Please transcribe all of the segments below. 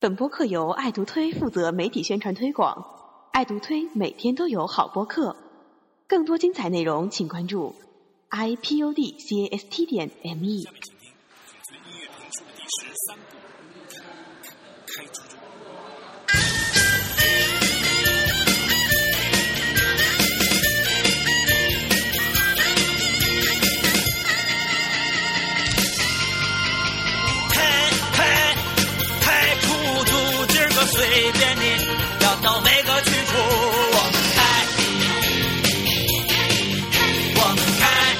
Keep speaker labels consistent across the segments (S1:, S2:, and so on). S1: 本播客由爱读推负责媒体宣传推广，爱读推每天都有好播客，更多精彩内容请关注 i p o d c a s t 点 m e。
S2: 下面请听《嘴唇音乐童书》第十三部，开猪猪。
S3: 拍拍拍出租，今儿个随便你，要到哪个去处我们开，我们开，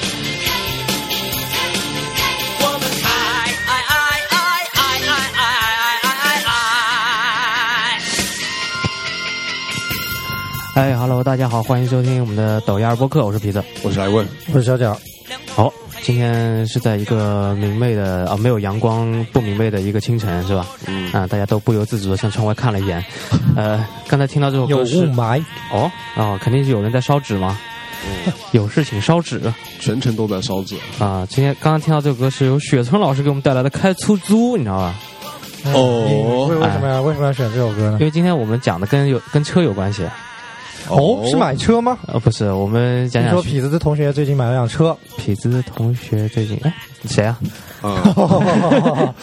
S3: 我们开，哎哎哎哎哎哎哎哎哎哎。
S4: 哎哈喽，大家好，欢迎收听我们的抖音二播客，我是皮子，
S5: 我是来问，
S6: 我是小蒋，
S4: 好，今天是在一个明媚的啊，没有阳光不明媚的一个清晨，是吧？嗯啊，大家都不由自主的向窗外看了一 眼。呃，刚才听到这首
S6: 有
S4: 歌是
S6: 雾霾，
S4: 哦哦，肯定是有人在烧纸嘛。
S6: 嗯
S4: 有事请烧纸
S5: 全程都在烧纸。
S4: 啊！今天刚刚听到这首歌是由雪村老师给我们带来的《开出租》，你知道吧？
S6: 嗯
S5: 哦
S6: 哎你为为什么呀？为什么要选这首歌呢
S4: 因？为今天我们讲的跟有跟车有关系，
S6: 哦，是买车吗？
S4: 呃，不是，我们讲
S6: 你
S4: 讲
S6: 说痞子的同学最近买了辆车，
S4: 痞子同学最近哎谁啊？
S5: 啊，
S4: 哎呦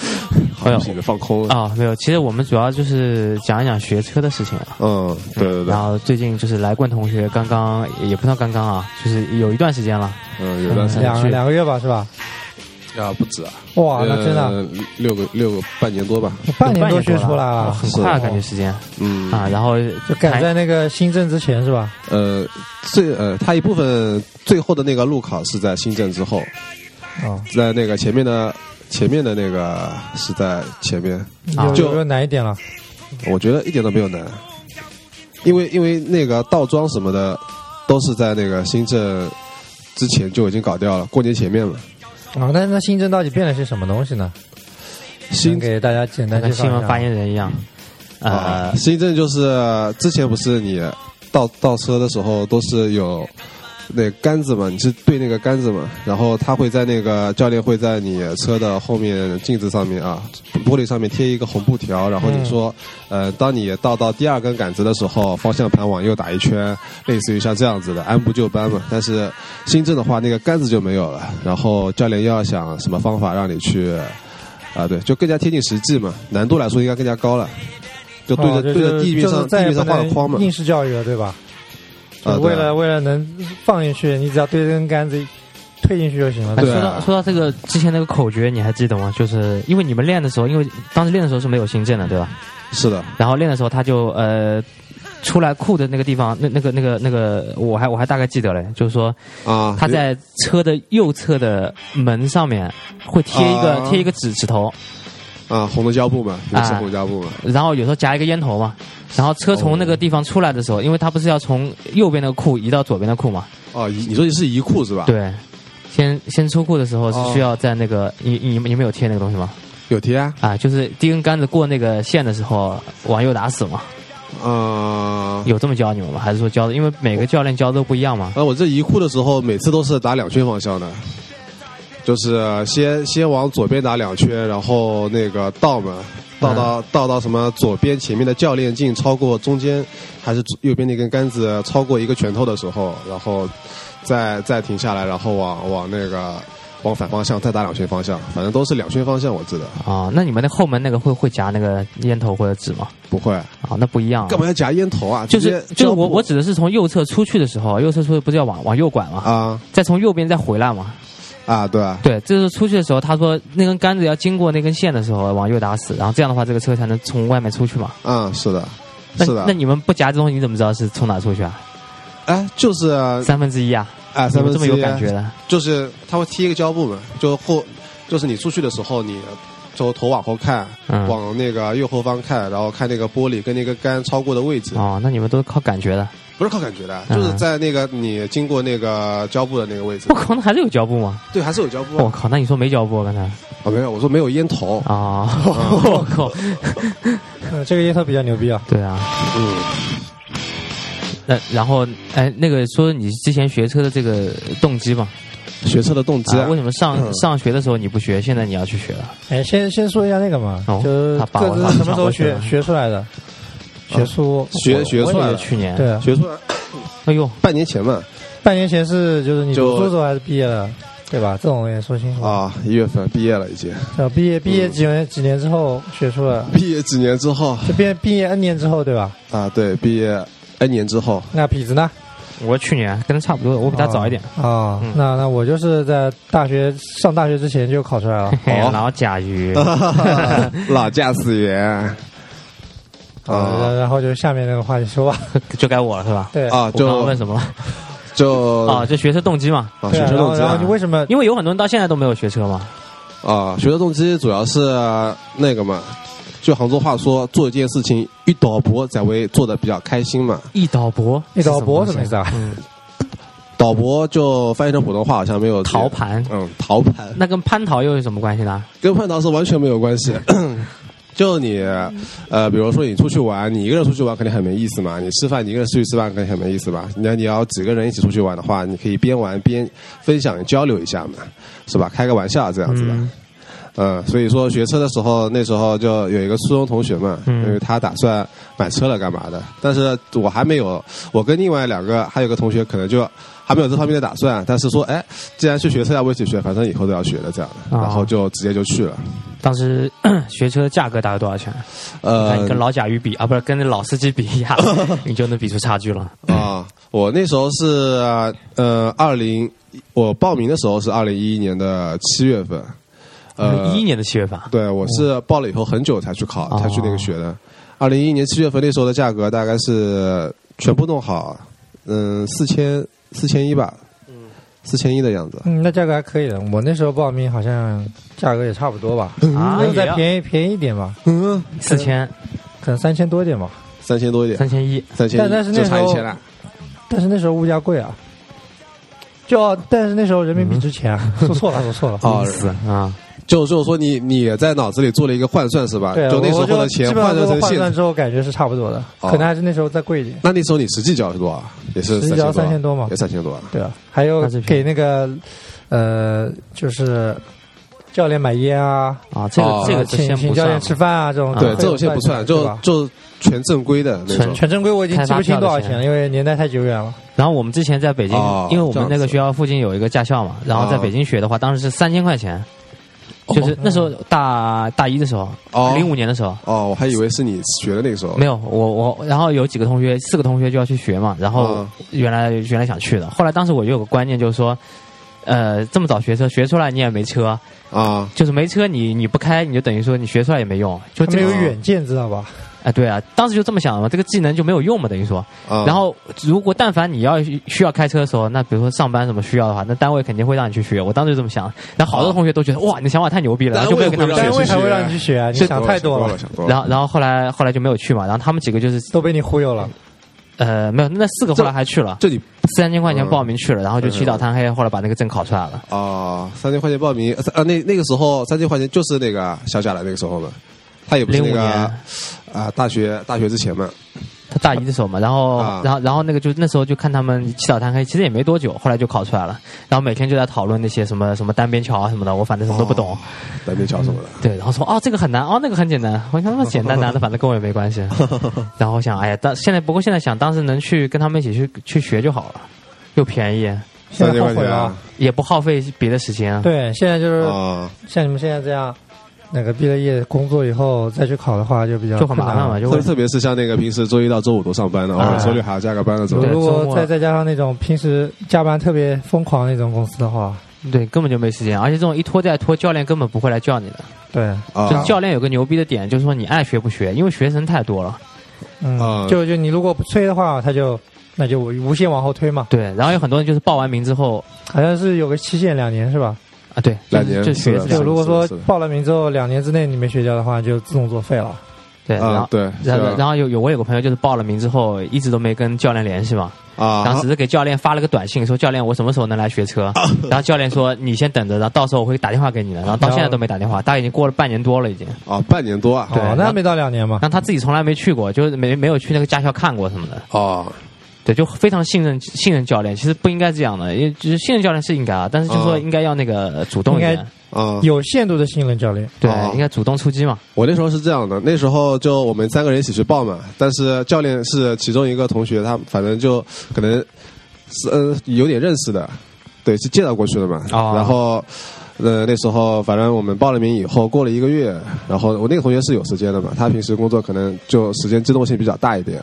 S5: 好，自己的放空。
S4: 啊、没有，其实我们主要就是讲一讲学车的事情啊。
S5: 嗯，对对对
S4: 然，
S6: 啊
S4: 后最近就是来冠同学刚刚也不算刚刚啊，就是有一段时间了，
S5: 嗯，有段时间
S6: 两两个月吧，是吧？
S5: 啊，不止啊，
S6: 哇，那真
S5: 呃
S6: 的
S5: 六个六个半年哦多吧。
S6: 半年
S4: 多
S6: 都学出来
S4: 了，
S6: 了，哦
S4: 很快啊，感觉时间
S5: 嗯，
S4: 啊。然后
S6: 就赶在那个新政之前是吧？
S5: 呃，最呃，他一部分最后的那个路考是在新政之后，
S6: 哦，
S5: 在那个前面的前面的那个是在前面，
S4: 啊
S6: 有
S5: 就
S6: 有没有难一点了？
S5: 我觉得一点都没有难，因为因为那个倒装什么的都是在那个新政之前就已经搞掉了，过年前面了。
S6: 啊，那那新政到底变了些什么东西呢？
S5: 新
S6: 能给大家简单介
S4: 跟
S6: 绍
S4: 新
S6: 一
S4: 闻
S6: 下
S4: 发。言人一样，
S5: 啊
S6: 嗯哦
S4: 呃，，
S5: 新政就是之前不是你倒倒车的时候都是有那杆子嘛，你是对那个杆子嘛，然后他会在那个教练会在你车的后面镜子上面啊玻璃上面贴一个红布条，然后你说、呃，当你倒到第二根杆子的时候，方向盘往右打一圈，类似于像这样子的按部就班嘛。但是新政的话，那个杆子就没有了，然后教练又要想什么方法让你去。啊，对，就更加贴近实际嘛，难度来说应该更加高了，就对着、
S6: 哦就
S5: 对着
S6: 是
S5: 地面
S6: 就是
S5: 上
S6: 再
S5: 地
S6: 也
S5: 面
S6: 不
S5: 上画
S6: 能
S5: 的框嘛，
S6: 应试教育了，对吧？
S5: 啊，
S6: 就
S5: 对
S6: 为
S5: 啊
S6: 了为了能放进去，你只要对这根杆子推进去就行了。
S4: 哎
S5: 对
S4: 说到说到这个之前那个口诀，你还记得吗？就是因为你们练的时候，因为当时练的时候是没有新政的，对吧？
S5: 是的，
S4: 然后练的时候他就呃。出来库的那个地方，那那个那个那个，我还我还大概记得嘞，就是说
S5: 啊，
S4: 他在车的右侧的门上面会贴一个、
S5: 啊
S4: 贴一个纸纸头，
S5: 啊红的胶布嘛，也是
S4: 啊
S5: 红胶布嘛，
S4: 然后有时候夹一个烟头嘛。然后车从那个地方出来的时候，因为他不是要从右边那个库移到左边的库嘛？
S5: 哦，一你说是一库是吧？，
S4: 对，先先出库的时候
S5: 哦
S4: 是需要在那个、你你们你们有贴那个东西吗？
S5: 有贴啊，
S4: 啊，就是第一根杆子过那个线的时候往右打死嘛。
S5: 啊、
S4: 有这么教你们吗？还是说教的？因为每个教练教的都不一样嘛。
S5: 啊，我这一库的时候，每次都是打两圈方向的，就是呃先先往左边打两圈，然后那个倒
S4: 嗯
S5: 嘛，倒到、倒到什么左边前面的教练镜超过中间还是左右边那根杆子超过一个拳头的时候，然后再再停下来，然后往往那个往反方向再打两圈方向，反正都是两圈方向，我记得
S4: 啊，那你们那后门那个会会夹那个烟头或者纸吗？
S5: 不会，
S4: 啊，那不一样啊。
S5: 干嘛要夹烟头啊？
S4: 就
S5: 直
S4: 是
S5: 接
S4: 就是
S5: 胶布
S4: 我我指的是从右侧出去的时候，右侧出去不是要往往右拐嘛，
S5: 啊
S4: 再从右边再回来嘛。
S5: 啊对啊
S4: 对，这是出去的时候，他说那根杆子要经过那根线的时候往右打死，然后这样的话这个车才能从外面出去嘛。
S5: 嗯是的，
S4: 那
S5: 是的
S4: 那，你们不夹这东西，你怎么知道是从哪出去啊？
S5: 哎就是啊
S4: 三分之一啊，
S5: 哎
S4: 你
S5: 三
S4: 们
S5: 分
S4: 这么
S5: 之
S4: 有
S5: 一
S4: 感觉的
S5: 就是他会贴一个胶布嘛，就后就是你出去的时候，你就头往后看，
S4: 嗯
S5: 往那个右后方看，然后看那个玻璃跟那个杆超过的位置，
S4: 哦，那你们都是靠感觉的。
S5: 不是靠感觉的，
S4: 嗯
S5: 就是在那个你经过那个胶布的那个位置
S4: 我。靠，那还是有胶布吗？
S5: 对，还是有胶布
S4: 我
S5: 啊。
S4: 靠，那你说没胶布啊刚才
S5: 哦，没有，我说没有烟头。
S4: 啊？ 我靠，
S6: 嗯这个烟头比较牛逼啊！
S4: 对啊。
S5: 嗯，
S4: 那然后哎，那个说你之前学车的这个动机吧，
S5: 嗯学车的动机
S4: 啊为什么上
S5: 嗯
S4: 上学的时候你不学，现在你要去学了？
S6: 哎，先先说一下那个嘛，
S4: 哦
S6: 就是
S4: 他把
S6: 这
S4: 我
S6: 是
S4: 拉
S6: 什么时
S4: 上
S6: 候
S4: 过去
S6: 学
S4: 了哦
S6: 学出来的？学出
S5: 学学
S4: 我
S5: 出来
S4: 也
S5: 了
S4: 是，去年，
S6: 对，啊，
S5: 学出来
S4: 哎呦，
S5: 半年前吧，
S6: 半年前是就是你
S5: 就
S6: 读书的时候还是毕业了，对吧？这种也说
S4: 嗯
S6: 清楚。
S4: 哦
S5: 啊，一月份毕业了已经，
S6: 然后毕业毕业几年几年之后学出来，
S5: 毕业几年之后
S6: 就变毕业 N 年之后，对吧？
S5: 啊，对，毕业 N 年之 后，
S6: 那痞子呢？
S4: 我去年跟他差不多，我比他早一点，
S6: 啊
S4: 嗯。
S6: 那那我就是在大学上大学之前就考出来了。
S4: 嘿然后甲 鱼，
S5: 老驾驶员
S4: 哦
S6: 啊，
S5: 啊
S6: 然后就下面那个话题说吧。
S4: 就该我了是吧？
S6: 对
S5: 啊，
S4: 我刚刚
S5: 就呃
S4: 问什么了？
S5: 就
S4: 啊，就学车动机嘛，
S5: 啊，
S6: 对
S5: 学
S6: 啊，
S5: 车
S6: 然
S5: 动
S6: 后
S5: 机
S6: 然后
S5: 啊
S6: 你为什么？
S4: 因为有很多人到现在都没有学车嘛。
S5: 啊，学车动机主要是那个嘛，就杭州话说，做一件事情一倒搏才会做的比较开心嘛。
S4: 一刀博，
S6: 一刀搏
S4: 是
S6: 什么意思啊？
S4: 嗯，
S5: 倒搏就翻译成普通话好像没有
S4: 逃，盘，
S5: 嗯，逃盘
S4: 那跟蟠桃又有什么关系呢？
S5: 跟叛逃是完全没有 关系。就你，呃，比如说你出去玩，你一个人出去玩肯定很没意思嘛。你吃饭，你一个人出去吃饭肯定很没意思吧。你要你要几个人一起出去玩的话，你可以边玩边分享交流一下嘛，是吧？开个玩笑这样子的。
S4: 嗯
S5: 嗯，所以说学车的时候，那时候就有一个初中同学嘛，
S4: 嗯
S5: 因为他打算买车了干嘛的，但是我还没有，我跟另外两个还有个同学可能就还没有这方面的打算，但是说，哎，既然去学车，要不一起学，反正以后都要学的这样的，
S4: 啊
S5: 然后就直接就去了。
S4: 当时 学车价格大概多少钱？看
S5: 呃
S4: 你跟老甲鱼比啊，不是跟那老司机比一 下，你就能比出差距了。
S5: 啊，我那时候是呃二零，我报名的时候是二零一一年的七月份，呃
S4: 一一年的七月 份啊，
S5: 对，我是报了以后很久才去考，
S4: 哦
S5: 才去那个学的。二零一一年七月份那时候的价格大概是全部弄好，嗯，四千四千一吧，
S4: 嗯
S5: 四千一的样子。
S6: 嗯，那价格还可以的。我那时候报名好像价格也差不多吧，
S4: 啊
S6: 那，
S4: 也
S6: 再
S4: 要
S6: 便宜便宜一点吧，
S5: 嗯，
S4: 四千
S6: 可能三千多一点吧。
S5: 三千多一点，
S4: 三千一，
S5: 三千，
S6: 但但是那
S5: 就
S6: 时
S5: 差
S6: 候
S5: 一千了。
S6: 但是那时候物价贵啊，就但是那时候人民币值钱啊， 说错了说错了。
S5: 哦
S4: 意，思啊，
S5: 就就是说你你在脑子里做了一个换算是吧？
S6: 对，
S5: 就那时
S6: 我
S5: 候的
S6: 就
S5: 钱
S6: 基本上
S5: 换算
S6: 都
S5: 成
S6: 换
S5: 现
S6: 算之后感觉是差不多的，
S5: 哦
S6: 可能还是那时候再贵一点，
S5: 那那时候你实际交是多少？也是
S6: 实际交三千多嘛
S5: 也三千多啊。
S6: 对吧？还有
S4: 那是便宜
S6: 给那个呃，就是教练买烟啊，
S4: 啊，这
S5: 哦
S4: 个这个就
S6: 请
S4: 先
S6: 请
S4: 不
S6: 教练
S4: 算
S6: 吃饭啊这种，
S4: 啊
S5: 对，
S6: 都
S5: 这种先不算，
S6: 对
S5: 就
S6: 吧
S5: 就全正规的那种
S4: 全。
S6: 全正规我已经记不清多少
S4: 开发票
S6: 钱了，因为年代太久远了。
S4: 然后我们之前在北京
S5: 哦，
S4: 因为我们那
S5: 这样
S4: 个
S5: 子
S4: 学校附近有一个驾校嘛，然后在北京学的话，当时是三千块钱，
S5: 哦
S4: 就是那时候大大一的时候，
S5: 哦
S4: 零五年的时候。
S5: 哦，我还以为是你学的那个时候
S4: 没。有，我我然后有几个同学，四个同学就要去学嘛，然后
S5: 嗯
S4: 原来原来想去的，后来当时我就有个观念，就是说，呃，这么早学车，学出来你也没车，
S5: 啊，
S4: 就是没车你你不开，你就等于说你学出来也没用，就
S6: 他
S4: 这
S6: 们
S4: 个
S6: 有远见，知道吧？
S4: 哎对啊，当时就这么想的嘛，这个技能就没有用嘛，等于说，
S5: 啊
S4: 然后，如果但凡你要需要开车的时候，那比如说上班什么需要的话，那单位肯定会让你去学。我当时就这么想，然后好多同学都觉得哇，你想法太牛逼了，然后就没有跟他们
S5: 单
S4: 学
S6: 单
S5: 会。
S6: 位还会让你去学啊，你
S5: 是
S6: 想太多了，
S5: 想多了。
S4: 然后，然后后来后来就没有去嘛。然后他们几个就是
S6: 都被你忽悠了。
S5: 嗯
S4: 呃没有，那四个后来还去了，
S5: 这里
S4: 三千块钱报名去了，然后就起早贪黑，后来把那个证考出来了。
S5: 啊，三千块钱报名呃啊，那那个时候三千块钱就是那个小贾的那个时候嘛，他也嗯不是
S4: 零
S5: 那
S4: 五
S5: 个
S4: 年
S5: 啊大学大学之前嘛，
S4: 他大一的时候嘛，然后
S5: 啊
S4: 然后然后那个就那时候就看他们起早贪黑，其实也没多久，后来就考出来了。然后每天就在讨论那些什么什么单边桥啊什么的，我反正什么都不懂
S5: 哦。南边桥什么的。
S6: 嗯
S4: 对，然后说哦，这个很难，哦，那个很简单。我想那么简单难的，反正跟我也没 关系。然后我想，哎呀，当现在不过现在想，当时能去跟他们一起去去学就好了，又便宜，
S6: 现在
S5: 3000
S6: 后
S5: 块
S6: 悔
S5: 钱
S6: 了
S5: 啊。
S4: 也不耗费别的时间啊。
S6: 对，现在就是
S5: 啊，
S6: 像你们现在这样，那个毕了业工作以后再去考的话，就比
S5: 啊
S6: 较
S4: 就很麻烦嘛，
S6: 困
S4: 就
S5: 特
S4: 会
S5: 特别是像那个平时周一到周五都上班的，偶尔
S4: 啊
S5: 周六还要加个班的，走
S6: 难了。
S4: 对
S6: 如
S4: 周
S6: 果
S4: 末
S6: 再再加上那种平时加班特别疯狂那种公司的话，
S4: 对根本就没时间，而且这种一拖再拖，教练根本不会来叫你的。
S6: 对，
S4: 就是
S5: 啊
S4: 教练有个牛逼的点，就是说你爱学不学，因为学生太多了。
S5: 啊
S6: 嗯，就就你如果不催的话，他就那就无限往后推嘛，
S4: 对，然后有很多人就是报完名之后
S6: 好像是有个期限两年是吧？
S4: 啊，对，
S5: 两年
S4: 就学
S5: 是
S4: 是
S5: 的
S4: 两
S6: 就
S5: 的
S4: 年
S6: 如果说
S5: 是的是的
S6: 报了名之后两年之内你没学掉的话，就自动作废了。
S4: 对，然
S5: 啊
S4: 后。
S5: 对，
S4: 然后，
S5: 是
S4: 然后有有我有个朋友就是报了名之后，一直都没跟教练联系嘛，
S5: 啊
S4: 然后只是给教练发了个短信，说教练我什么时候能来学车？然后教练说你先等着，然后到时候我会打电话给你的。然后到现在都没打电话，大概已经过了半年多了已经。
S5: 啊半年多啊
S4: 对
S6: 哦，
S4: 然
S6: 那
S4: 后
S6: 没到两年嘛
S4: 然。后他自己从来没去过，就是没没有去那个驾校看过什么的。
S5: 哦
S4: 对，就非常信任信任教练，其实不应该这样的，也就是信任教练是应该啊，但是就说
S5: 嗯
S4: 应该要那个呃主动一
S6: 应
S4: 点
S6: 该，
S5: 啊、
S6: 有限度的信任教练，
S4: 对
S5: 哦，
S4: 应该主动出击 嘛。
S5: 我那时候是这样的，那时候就我们三个人一起去报嘛，但是教练是其中一个同学，他反正就可能是嗯有点认识的，对，是介绍过去的嘛。
S4: 哦
S5: 然后呃那时候反正我们报了名以后，过了一个月，然后我那个同学是有时间的嘛，他平时工作可能就时间机动性比较大一点，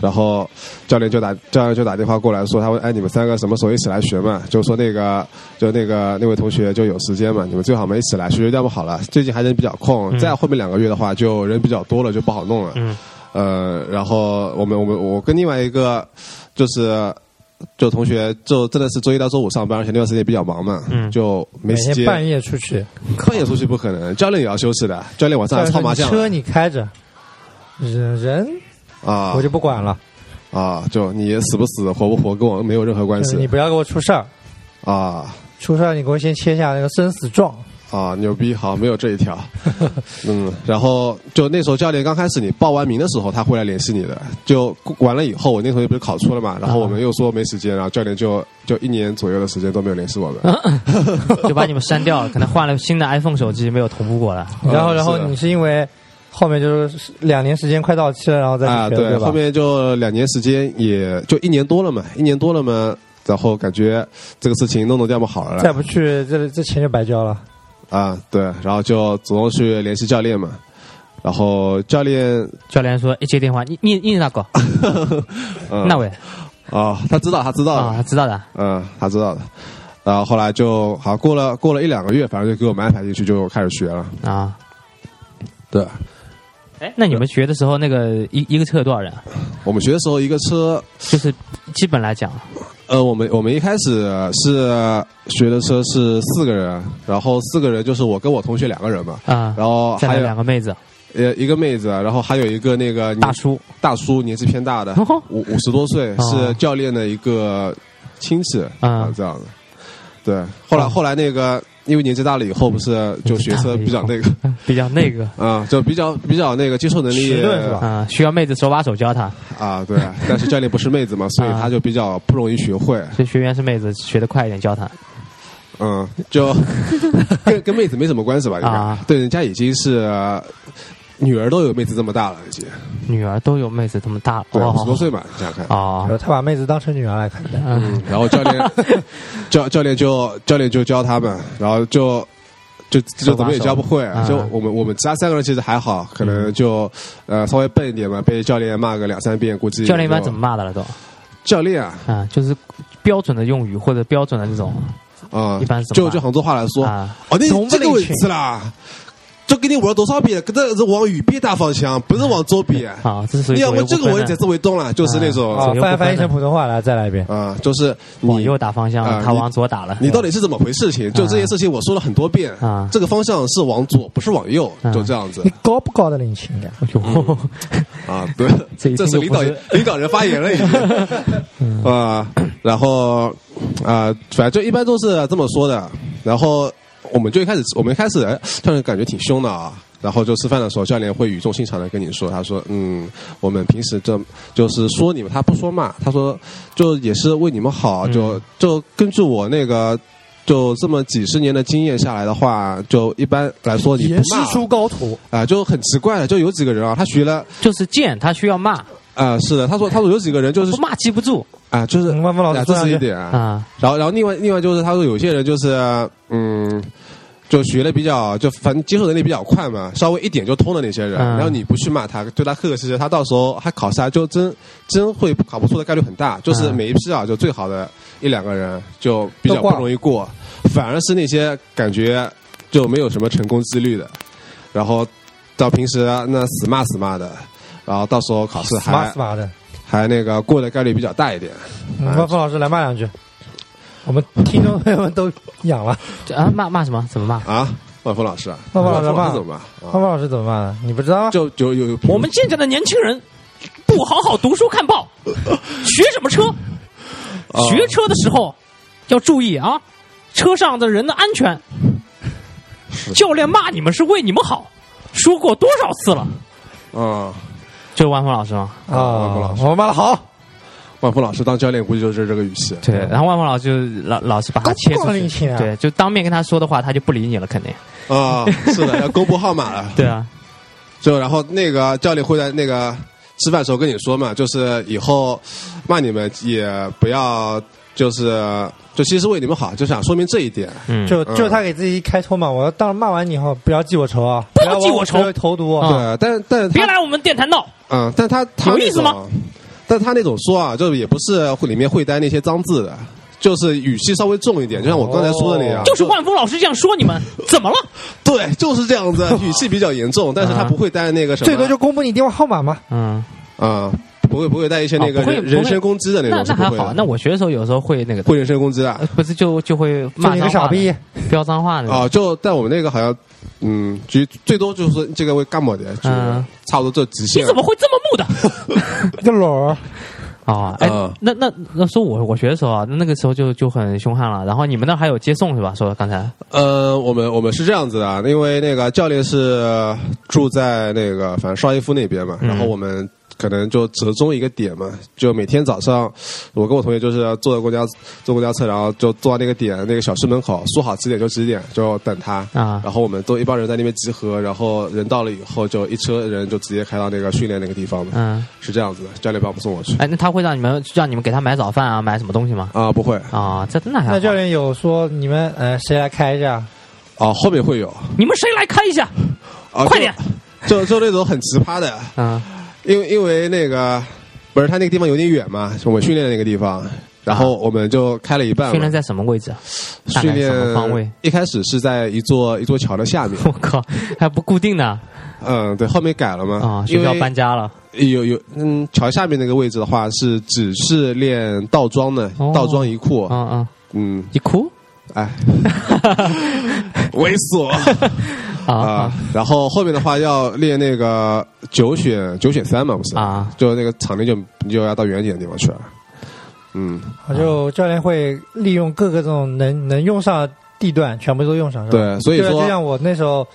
S5: 然后教练就打教练就打电话过来说，他问哎你们三个什么时候一起来学嘛？就说那个就那个那位同学就有时间嘛，你们最好嘛一起来学学要不好了，最近还人比较空，再后面两个月的话就人比较多了就不好弄了。
S4: 嗯，
S5: 呃，然后我们我们我跟另外一个就是。就同学就真的是周一到周五上班，而且那段时间也比较忙嘛，
S4: 嗯
S5: 就没
S6: 每
S5: 时
S6: 天
S5: 间。
S6: 半夜出去，
S5: 半夜出去不可能，教练也要休息的，教练晚上还
S6: 但是
S5: 操麻将
S6: 车你开着，人人
S5: 啊
S6: 我就不管了，
S5: 啊！就你死不死活不活跟我没有任何关
S6: 就是嗯你
S5: 系
S6: 不要给我出事儿，
S5: 啊
S6: 出事儿你给我先签下那个生死状，
S5: 啊！牛逼，好，没有这一条。 嗯，然后就那时候教练刚开始你报完名的时候，他会来联系你的。就完了以后，我那同学不是考出了嘛，然后我们又说没时间，然啊后教练就就一年左右的时间都没有联系我们。
S4: 就把你们删掉了，可能换了新的 iPhone 手机，没有同步过来。
S5: 嗯
S6: 然后
S5: 是的
S6: 然后你是因为后面就是两年时间快到期了，然后再
S5: 啊，
S6: 去学
S5: 对，
S6: 吧
S5: 后？面就两年时间，也就一年多了嘛，一年多了嘛，然后感觉这个事情弄弄掉不好了啦
S6: 再不去这这钱就白交了。
S5: 啊，对，然后就主动去联系教练嘛，然后教练，
S4: 教练说哎一接电话，你你你是哪个？
S5: 嗯，
S4: 那位
S5: 啊，他知道，他知道
S4: 啊，
S5: 的，
S4: 知道的。
S5: 嗯，他知道的，然后后来就好过了，过了一两个月，反正就给我们安排进去，就开始学了，
S4: 啊。
S5: 对，
S4: 哎，那你们学的时候，那个一一个车有多少人啊？
S5: 我们学的时候一个车，
S4: 就是基本来讲，
S5: 呃，我们我们一开始是学的车是四个人，然后四个人就是我跟我同学两个人嘛，
S4: 啊，
S5: 然后
S4: 再
S5: 还
S4: 来
S5: 有
S4: 两个妹子，
S5: 呃，一个妹子，然后还有一个那个年
S4: 大叔，
S5: 大叔，年纪偏大的，五五十多岁，
S4: 哦
S5: 是教练的一个亲戚
S4: 嗯
S5: 啊，这样的。对，后来
S4: 哦
S5: 后来那个，因为年纪大了以后，不是就学车比较那个
S4: 比较那个
S5: 啊，就比较比较那个接受能力
S6: 迟钝是
S5: 嗯
S6: 吧
S4: 啊，需要妹子手把手教他，
S5: 啊，对。 但是教练不是妹子嘛，所以
S4: 啊
S5: 他就比较不容易学会。
S4: 所以学员是妹子，学得快一点教他。
S5: 嗯，就 跟跟妹子没什么关系吧？应该
S4: 啊
S5: 对，人家已经是呃女儿都有妹子这么大了，已经
S4: 女儿都有妹子这么大了，
S5: 对
S4: 哦
S5: 五十多岁嘛，你想想看
S6: 然
S4: 哦
S6: 后，他把妹子当成女儿来看待，
S4: 嗯，
S5: 然后教练 教教练就教练就教他们，然后就就就怎么也教不会
S4: 手把。手
S5: 就
S4: 啊
S5: 我们我们其他三个人其实还好，可能就呃稍微笨一点嘛，被教练骂个两三遍，估计
S4: 教练一般
S5: 就
S4: 怎么？骂的了都？
S5: 教练啊，
S4: 啊，就是标准的用语或者标准的那种
S5: 啊
S4: 一般是，怎么
S5: 就
S4: 骂
S5: 就杭州话来说，
S4: 啊，
S5: 哦，你
S6: 总不
S5: 这个
S6: 领
S5: 位
S6: 情
S5: 置啦，就给你玩多少遍，搿这是往右边打方向，不是往左边。
S4: 啊，这是属于
S5: 你要
S4: 左
S5: 不
S4: 右
S5: 这
S4: 不
S5: 个我
S4: 分
S5: 也才
S4: 的
S5: 是为东了，就是那种
S4: 啊
S6: 啊，翻翻译成普通话来再来一遍。
S5: 啊，就是
S4: 往
S5: 你
S4: 右打方向
S5: 啊，
S4: 他
S5: 你
S4: 往左打了。
S5: 你到底是怎么回事情？就这件事情，我说了很多遍
S4: 啊
S5: 这个方向是往左，不是往右，
S4: 啊
S5: 就这样子
S6: 你高不高的领情感？
S4: 哟，
S5: 啊。对，
S4: 这一
S5: 这
S4: 听
S5: 是
S4: 就
S5: 领
S4: 不
S5: 导
S4: 是 嗯
S5: 领导人发言了 已经啊。然后啊，反正就一般都是这么说的。然后我们就一开始，我们一开始哎突然感觉挺凶的啊。然后就吃饭的时候，教练会语重心长的跟你说，他说：“嗯，我们平时这就是说你们，他不说骂，他说就也是为你
S4: 嗯
S5: 们好，就就根据我那个就这么几十年的经验下来的话，就一般来说你不
S6: 严师
S5: 骂
S6: 出高徒，
S5: 啊、就很奇怪的，就有几个人啊，他学了
S4: 就是贱，他需要骂，
S5: 啊、是的，他说他说有几个人就是
S4: 不骂记不住
S5: 啊、就是
S6: 嗯万峰老师
S5: 啊这
S6: 说两
S5: 是
S6: 句
S5: 一点啊。
S4: 啊。
S5: 然后然后另外另外就是他说有些人就是嗯。就学的比较，就反正接受能力比较快嘛，稍微一点就通的那些人，
S4: 嗯
S5: 然后你不去骂他，对他客客气气，他到时候还考下来，就真真会考不出的概率很大。就是
S4: 嗯
S5: 每一批啊，就最好的一两个人就比较
S6: 都
S5: 不
S6: 挂了
S5: 容易过，反而是那些感觉就没有什么成功几率的，然后到平时啊那死骂死骂的，然后到时候考试
S6: 死马
S5: 还哎
S6: 死马的。
S5: 还那个过的概率比较大一点。
S6: 嗯
S5: 啊
S6: 万峰老师来骂两句，我们听众朋友们都痒了。
S4: 这啊，骂骂什么？怎么骂？
S5: 啊，万峰老师啊，
S6: 万峰老师
S5: 老
S6: 骂
S5: 师怎么办？
S6: 万
S5: 啊
S6: 峰老师怎么骂的？你不知道？
S5: 就就有有
S4: 我们现在的年轻人不好好读书看报，学什么车？
S5: 啊
S4: 学车的时候要注意啊，车上的人的安全。 教练骂你们是为你们好，说过多少次了？
S5: 啊，
S4: 就是万峰老师吗？
S5: 啊万峰
S6: 啊
S5: 老，师
S6: 我骂的好，
S5: 万峰老师当教练估计就是这个语气。
S4: 对，然后万峰老师就老老是把他
S6: 搞
S4: 切
S6: 不
S4: 出
S6: 搞你
S4: 去，
S6: 亲啊
S4: 对，就当面跟他说的话，他就不理你了，肯定。
S5: 啊，是的，要公布号码了。
S4: 对啊，
S5: 就然后那个教练会在那个吃饭时候跟你说嘛，就是以后骂你们也不要，就是就其实为你们好，就想说明这一点。
S4: 嗯，
S6: 就
S5: 嗯
S6: 就他给自己开脱嘛，我要当骂完你后，不要记我仇啊，
S4: 不要记我仇
S6: 不要投毒啊，
S5: 对，但但是他
S4: 别来我们电台闹。
S5: 嗯，但他他
S4: 有
S5: 那
S4: 意思
S5: 种，
S4: 吗
S5: 但他那种说啊，就是也不是里面会带那些脏字的，就是语气稍微重一点，就像我刚才说的那样，
S4: 哦就是万峰老师这样说你们，怎么了？
S5: 对，就是这样 子，语气比较严重，但是他不会带那个什么，
S6: 最多就公布你电话号码嘛。
S4: 嗯，
S5: 啊、不会不会带一些那个
S4: 啊不会
S5: 人,、
S4: 不会
S5: 人身攻击的那
S4: 那
S5: 种，
S4: 那
S5: 是不
S4: 还
S5: 会的
S4: 好。那我学的时候有时候会那个的，
S5: 会人身攻击的
S4: 呃不是就就会
S6: 就
S4: 骂
S6: 你
S4: 脏
S6: 个
S4: 话
S6: 傻
S4: 的
S6: 逼，
S4: 飙脏话的。
S5: 啊，就但我们那个好像，嗯，最最多就是这个会干嘛的，就是
S4: 嗯
S5: 差不多就极
S4: 你
S5: 限了
S4: 怎么会这么木 的？
S6: 个 篓儿，
S4: 啊，哎
S5: 嗯，
S4: 那那那说我我学的时候啊，那那个时候就就很凶悍了。然后你们那还有接送是吧？说刚才
S5: 呃，我们我们是这样子的，啊，因为那个教练是住在那个反正邵逸夫那边嘛，
S4: 嗯
S5: 然后我们可能就折中一个点嘛，就每天早上，我跟我同学就是坐公交坐公交车，然后就坐到那个点那个小区门口，说好几点就几点就等他
S4: 啊
S5: 然后我们都一帮人在那边集合，然后人到了以后就一车人就直接开到那个训练那个地方嘛，
S4: 嗯，
S5: 是这样子的，教练把我们送过去
S4: 哎，那他会让你们让你们给他买早饭啊，买什么东西吗？
S5: 啊，不会
S4: 啊，这那还好
S6: 那教练有说你们呃谁来开一下？
S5: 啊，后面会有
S4: 你们谁来开一下？
S5: 啊，
S4: 快点
S5: 就，就就那种很奇葩的。
S4: 嗯
S5: 因为因为那个不是他那个地方有点远嘛，是我们训练的那个地方，然后我们就开了一半嘛。
S4: 训练在什么位置啊？ 大
S5: 训
S4: 概
S5: 练
S4: 什么方位？
S5: 一开始是在一座一座桥的下面，
S4: 我靠，还不固定呢
S5: 嗯，对，后面改了嘛，
S4: 啊！学
S5: 因为
S4: 哦校搬家了，
S5: 有有嗯，桥下面那个位置的话是只是练倒桩的，
S4: 哦
S5: 倒桩一库，
S4: 嗯嗯，
S5: 嗯，
S4: 你哭
S5: 哎，猥琐啊
S4: 啊！！
S5: 然后后面的话要练那个九选九选三嘛，不是
S4: 啊
S5: 就那个场地就你就要到远一点的地方去了，嗯。
S6: 我
S4: 啊
S6: 就教练会利用各个这种能能用上的地段，全部都用上，是吧？
S5: 对，所以
S6: 对啊，就
S5: 说，
S6: 像我那时候，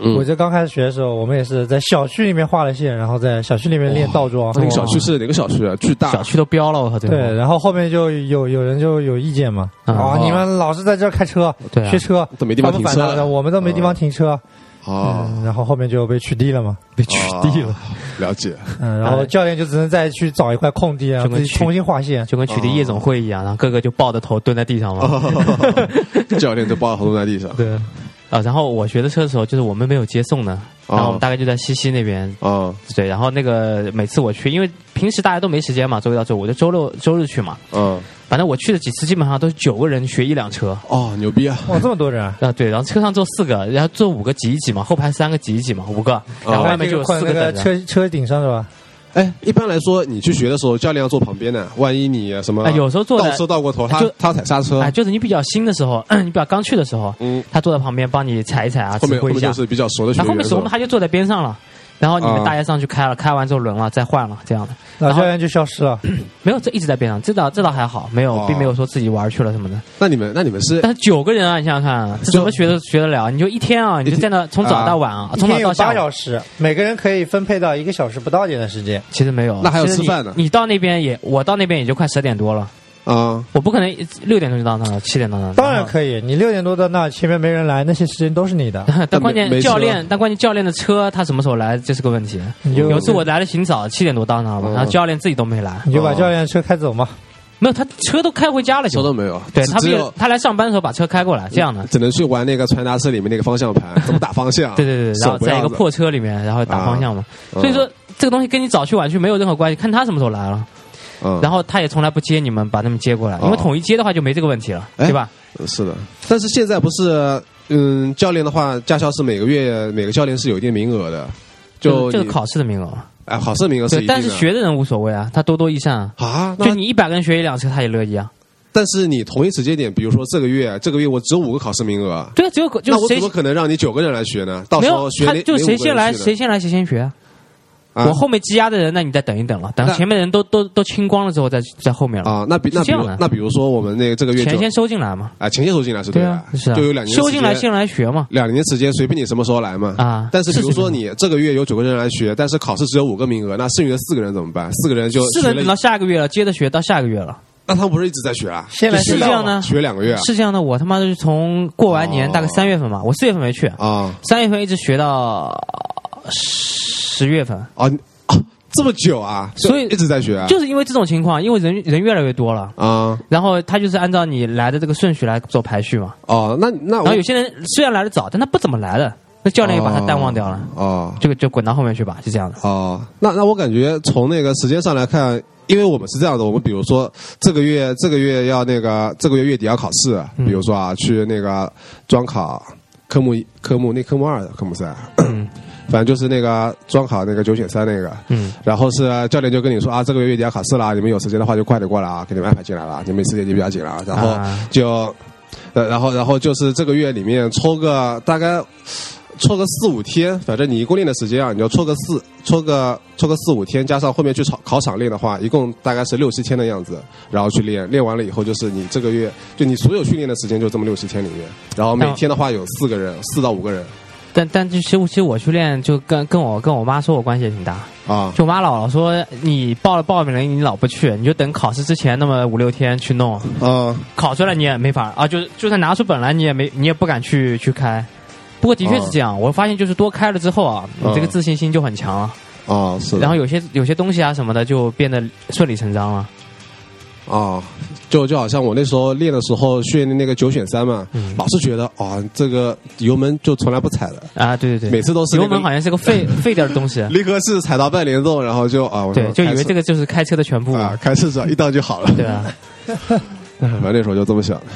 S5: 嗯
S6: 我就刚开始学的时候，我们也是在小区里面画了线，然后在小区里面练倒桩。
S5: 那个小区是哪个小区啊？巨大
S4: 哦小区都标了，我靠！这个
S6: 对，然后后面就有有人就有意见嘛，
S4: 嗯
S6: 啊，你们老是在这儿开车
S4: 对啊
S6: 学车，
S5: 都没地方
S6: 他们
S5: 停
S6: 反
S5: 车
S6: 弹了我们都没地方停车，
S5: 哦，
S6: 嗯，然后后面就被取缔了嘛，
S4: 被取缔了，
S5: 了 解。
S6: 嗯，
S4: 哎
S6: 然后教练就只能再去找一块空地，然后
S4: 就跟
S6: 自己
S4: 取
S6: 重新画线，
S4: 就跟取缔夜总会一样，然后个个就抱着头蹲在地上嘛。
S5: 教练就抱着头在地上
S4: 对，啊，然后我学的车的时候，就是我们没有接送呢，然后我
S5: 哦
S4: 们大概就在西溪那边
S5: 啊
S4: 对，然后那个每次我去，因为平时大家都没时间嘛，周一到周五，我就周六周日去嘛。
S5: 嗯
S4: 反正我去的几次，基本上都是九个人学一辆车
S5: 哦，牛逼啊！
S6: 哇，这么多人啊，
S4: 啊，对，然后车上坐四个，然后坐五个挤一挤嘛，后排三个挤一挤嘛，五个，然后
S5: 哦
S4: 外面就有
S6: 困
S4: 四
S6: 那
S4: 个
S6: 哎个
S4: 等着。
S6: 车车顶上是吧？
S5: 哎，一般来说，你去学的时候，教练要坐旁边的，万一你什么
S4: 哎有时候坐在
S5: 倒车倒过头，他
S4: 就
S5: 他踩刹车
S4: 哎，，就是你比较新的时候， 你比较刚去的时候，
S5: 嗯，
S4: 他坐在旁边帮你踩一踩啊，
S5: 后
S4: 指
S5: 面后
S4: 挥一
S5: 面
S4: 下
S5: 就。是比较熟的学
S4: 然
S5: 员，
S4: 后后面
S5: 是
S4: 手
S5: 吧
S4: 嘛，他就坐在边上了，然后你们
S5: 啊
S4: 大爷上去开了，开完之后轮了，再换了，这样的。
S6: 然
S4: 然
S6: 后
S4: 后
S6: 教练就消失了，
S4: 没有，这一直在边上，这倒这倒还好，没有，并没有说自己玩去了什么的。
S5: 那你们那你们是
S4: 但是九个人啊，你想想看啊，这
S5: 就
S4: 怎么学都学得了？你就一天啊，你就在那从早到晚啊，
S6: 一
S4: 从早
S6: 天有
S4: 到
S6: 八
S4: 下午
S6: 小。时，每个人可以分配到一个小时不到一点的时间。
S4: 其实没有，啊
S5: 那还有
S4: 其实你
S5: 吃饭呢
S4: 你到那边也，我到那边也就快十点多了，
S5: 啊
S4: 我不可能六点钟就到那了，七点到那。
S6: 当然
S4: 以。
S6: 可以，你六点多到那，前面没人来，那些时间都是你的。
S4: 但
S5: 但
S4: 关键
S5: 没没
S4: 教
S5: 车
S4: 练，但关键教练的车他什么时候来，这是个问题。
S6: 你就
S4: 有一次我来的挺早，七点多到那了嘛，
S5: 嗯
S4: 然后教练自己都没来，
S6: 你就把教练的车开走嘛。
S4: 没有，他车都开回家了就
S5: 车。都没有，
S4: 对
S5: 只
S4: 他
S5: 只
S4: 没
S5: 有
S4: 有，他来上班的时候把车开过来，这样的。
S5: 只能去玩那个传达室里面那个方向 盘，怎么打方向？
S4: 对对对，然后
S5: 啊手不要
S4: 在一个破车里面，然后打方向嘛。
S5: 嗯
S4: 所以说这个东西跟你早去晚去没有任何关系，看他什么时候来了。
S5: 嗯，
S4: 然后他也从来不接你们，把他们接过来，
S5: 哦
S4: 因为统一接的话就没这个问题了，
S5: 哎
S4: 对吧？
S5: 是的，但是现在不是，嗯，教练的话，驾校是每个月每个教练是有一定名额的，就
S4: 这
S5: 你
S4: 个考试的名额，
S5: 哎考试名额是
S4: 对，
S5: 一定的，
S4: 但是学的人无所谓啊，他多多益善啊。
S5: 啊，那
S4: 就你一百个人学一辆车，他也乐意啊。
S5: 但是你同一时间点，比如说这个月这个月我只有五个考试名额，
S4: 对啊，只有就
S5: 那
S4: 是
S5: 我怎
S4: 谁
S5: 么可能让你九个人来学呢？到
S4: 没
S5: 时
S4: 有
S5: 候学
S4: 他
S5: 哪
S4: 就
S5: 哪五
S4: 谁
S5: 个
S4: 先
S5: 人
S4: 来
S5: 去呢
S4: 谁先来谁先学啊。
S5: 啊
S4: 我后面积压的人，那你再等一等了，等
S5: 那
S4: 前面人都都都清光了之后，再在后面了。
S5: 啊，那比那
S4: 是
S5: 比
S4: 这样
S5: 如
S4: 的
S5: 那比如说我们那个这个月
S4: 钱
S5: 就
S4: 先收进来嘛，
S5: 啊钱先收进来是对的，
S4: 啊，是啊，
S5: 就有两年
S4: 收进来
S5: 时间
S4: 先来学嘛，
S5: 两年时间，随便你什么时候来嘛。
S4: 啊
S5: 但是比如
S4: 是这
S5: 说
S4: 样的
S5: 你这个月有九个人来学，但是考试只有五个名额，那剩余的四个人怎么办？四个人就
S4: 四个人
S5: 学
S4: 等
S5: 了
S4: 到下个月了，接着学到下个月了，
S5: 那他们不是一直在学啊？
S6: 先来
S4: 是
S6: 先
S4: 这
S6: 到
S4: 样呢，
S5: 学两个月啊
S4: 是这样的，我他妈的是从过完年
S5: 哦
S4: 大概三月份嘛，我四月份没去，
S5: 啊
S4: 三月份一直学到十月份，
S5: 啊你啊！这么久啊，就
S4: 所以
S5: 一直在学啊，
S4: 就是因为这种情况，因为人人越来越多了。
S5: 啊
S4: 然后他就是按照你来的这个顺序来做排序嘛。
S5: 哦，那那
S4: 然
S5: 我
S4: 后有些人虽然来的早，但他不怎么来的，那教练也把他淡忘掉了，
S5: 哦
S4: 就就滚到后面去吧，是这样的。
S5: 哦，那那我感觉从那个时间上来看，因为我们是这样的，我们比如说这个月这个月要那个这个月月底要考试，
S4: 嗯
S5: 比如说啊去那个专考科目一科目那科目二科目三，
S4: 嗯
S5: 反正就是那个专考那个九选三那个。
S4: 嗯
S5: 然后是教练就跟你说啊，这个月月底要考试啦，你们有时间的话就快点过来啊，给你们安排进来了，你们时间就比较紧了。然后
S4: 啊
S5: 就，呃，然后然后就是这个月里面抽个大概抽个四五天，反正你一共练的时间啊，你就抽个四抽个抽个四五天，加上后面去考考场练的话，一共大概是六七天的样子，然后去练，练完了以后就是你这个月就你所有训练的时间就这么六七天里面，然后每
S4: 那
S5: 天的话有四个人，四到五个人
S4: 但但就其实其实我去练，就跟跟我跟我妈说我关系也挺大，
S5: 啊
S4: 就我妈老老说你报了报名了，你老不去，你就等考试之前那么五六天去弄，
S5: 啊
S4: 考出来你也没法啊，就就算拿出本来你也没你也不敢去去开。不过的确是这样，我发现就是多开了之后啊，你这个
S5: 嗯
S4: 自信心就很强了，
S5: 啊是的，
S4: 然后有些有些东西啊什么的就变得顺理成章了。
S5: 啊，就就好像我那时候练的时候训练那个九选三嘛，
S4: 嗯
S5: 老是觉得啊、这个油门就从来不踩的，
S4: 啊，对对对，
S5: 每次都是那
S4: 油
S5: 个
S4: 门好像是个 废废掉的东西，
S5: 离合器踩到半联动，然后就啊，我
S4: 对，就以为这
S5: 个
S4: 个就是开车的全部，
S5: 啊，开试只要一档就好了。
S4: 对啊，
S5: 反正那时候就这么想的。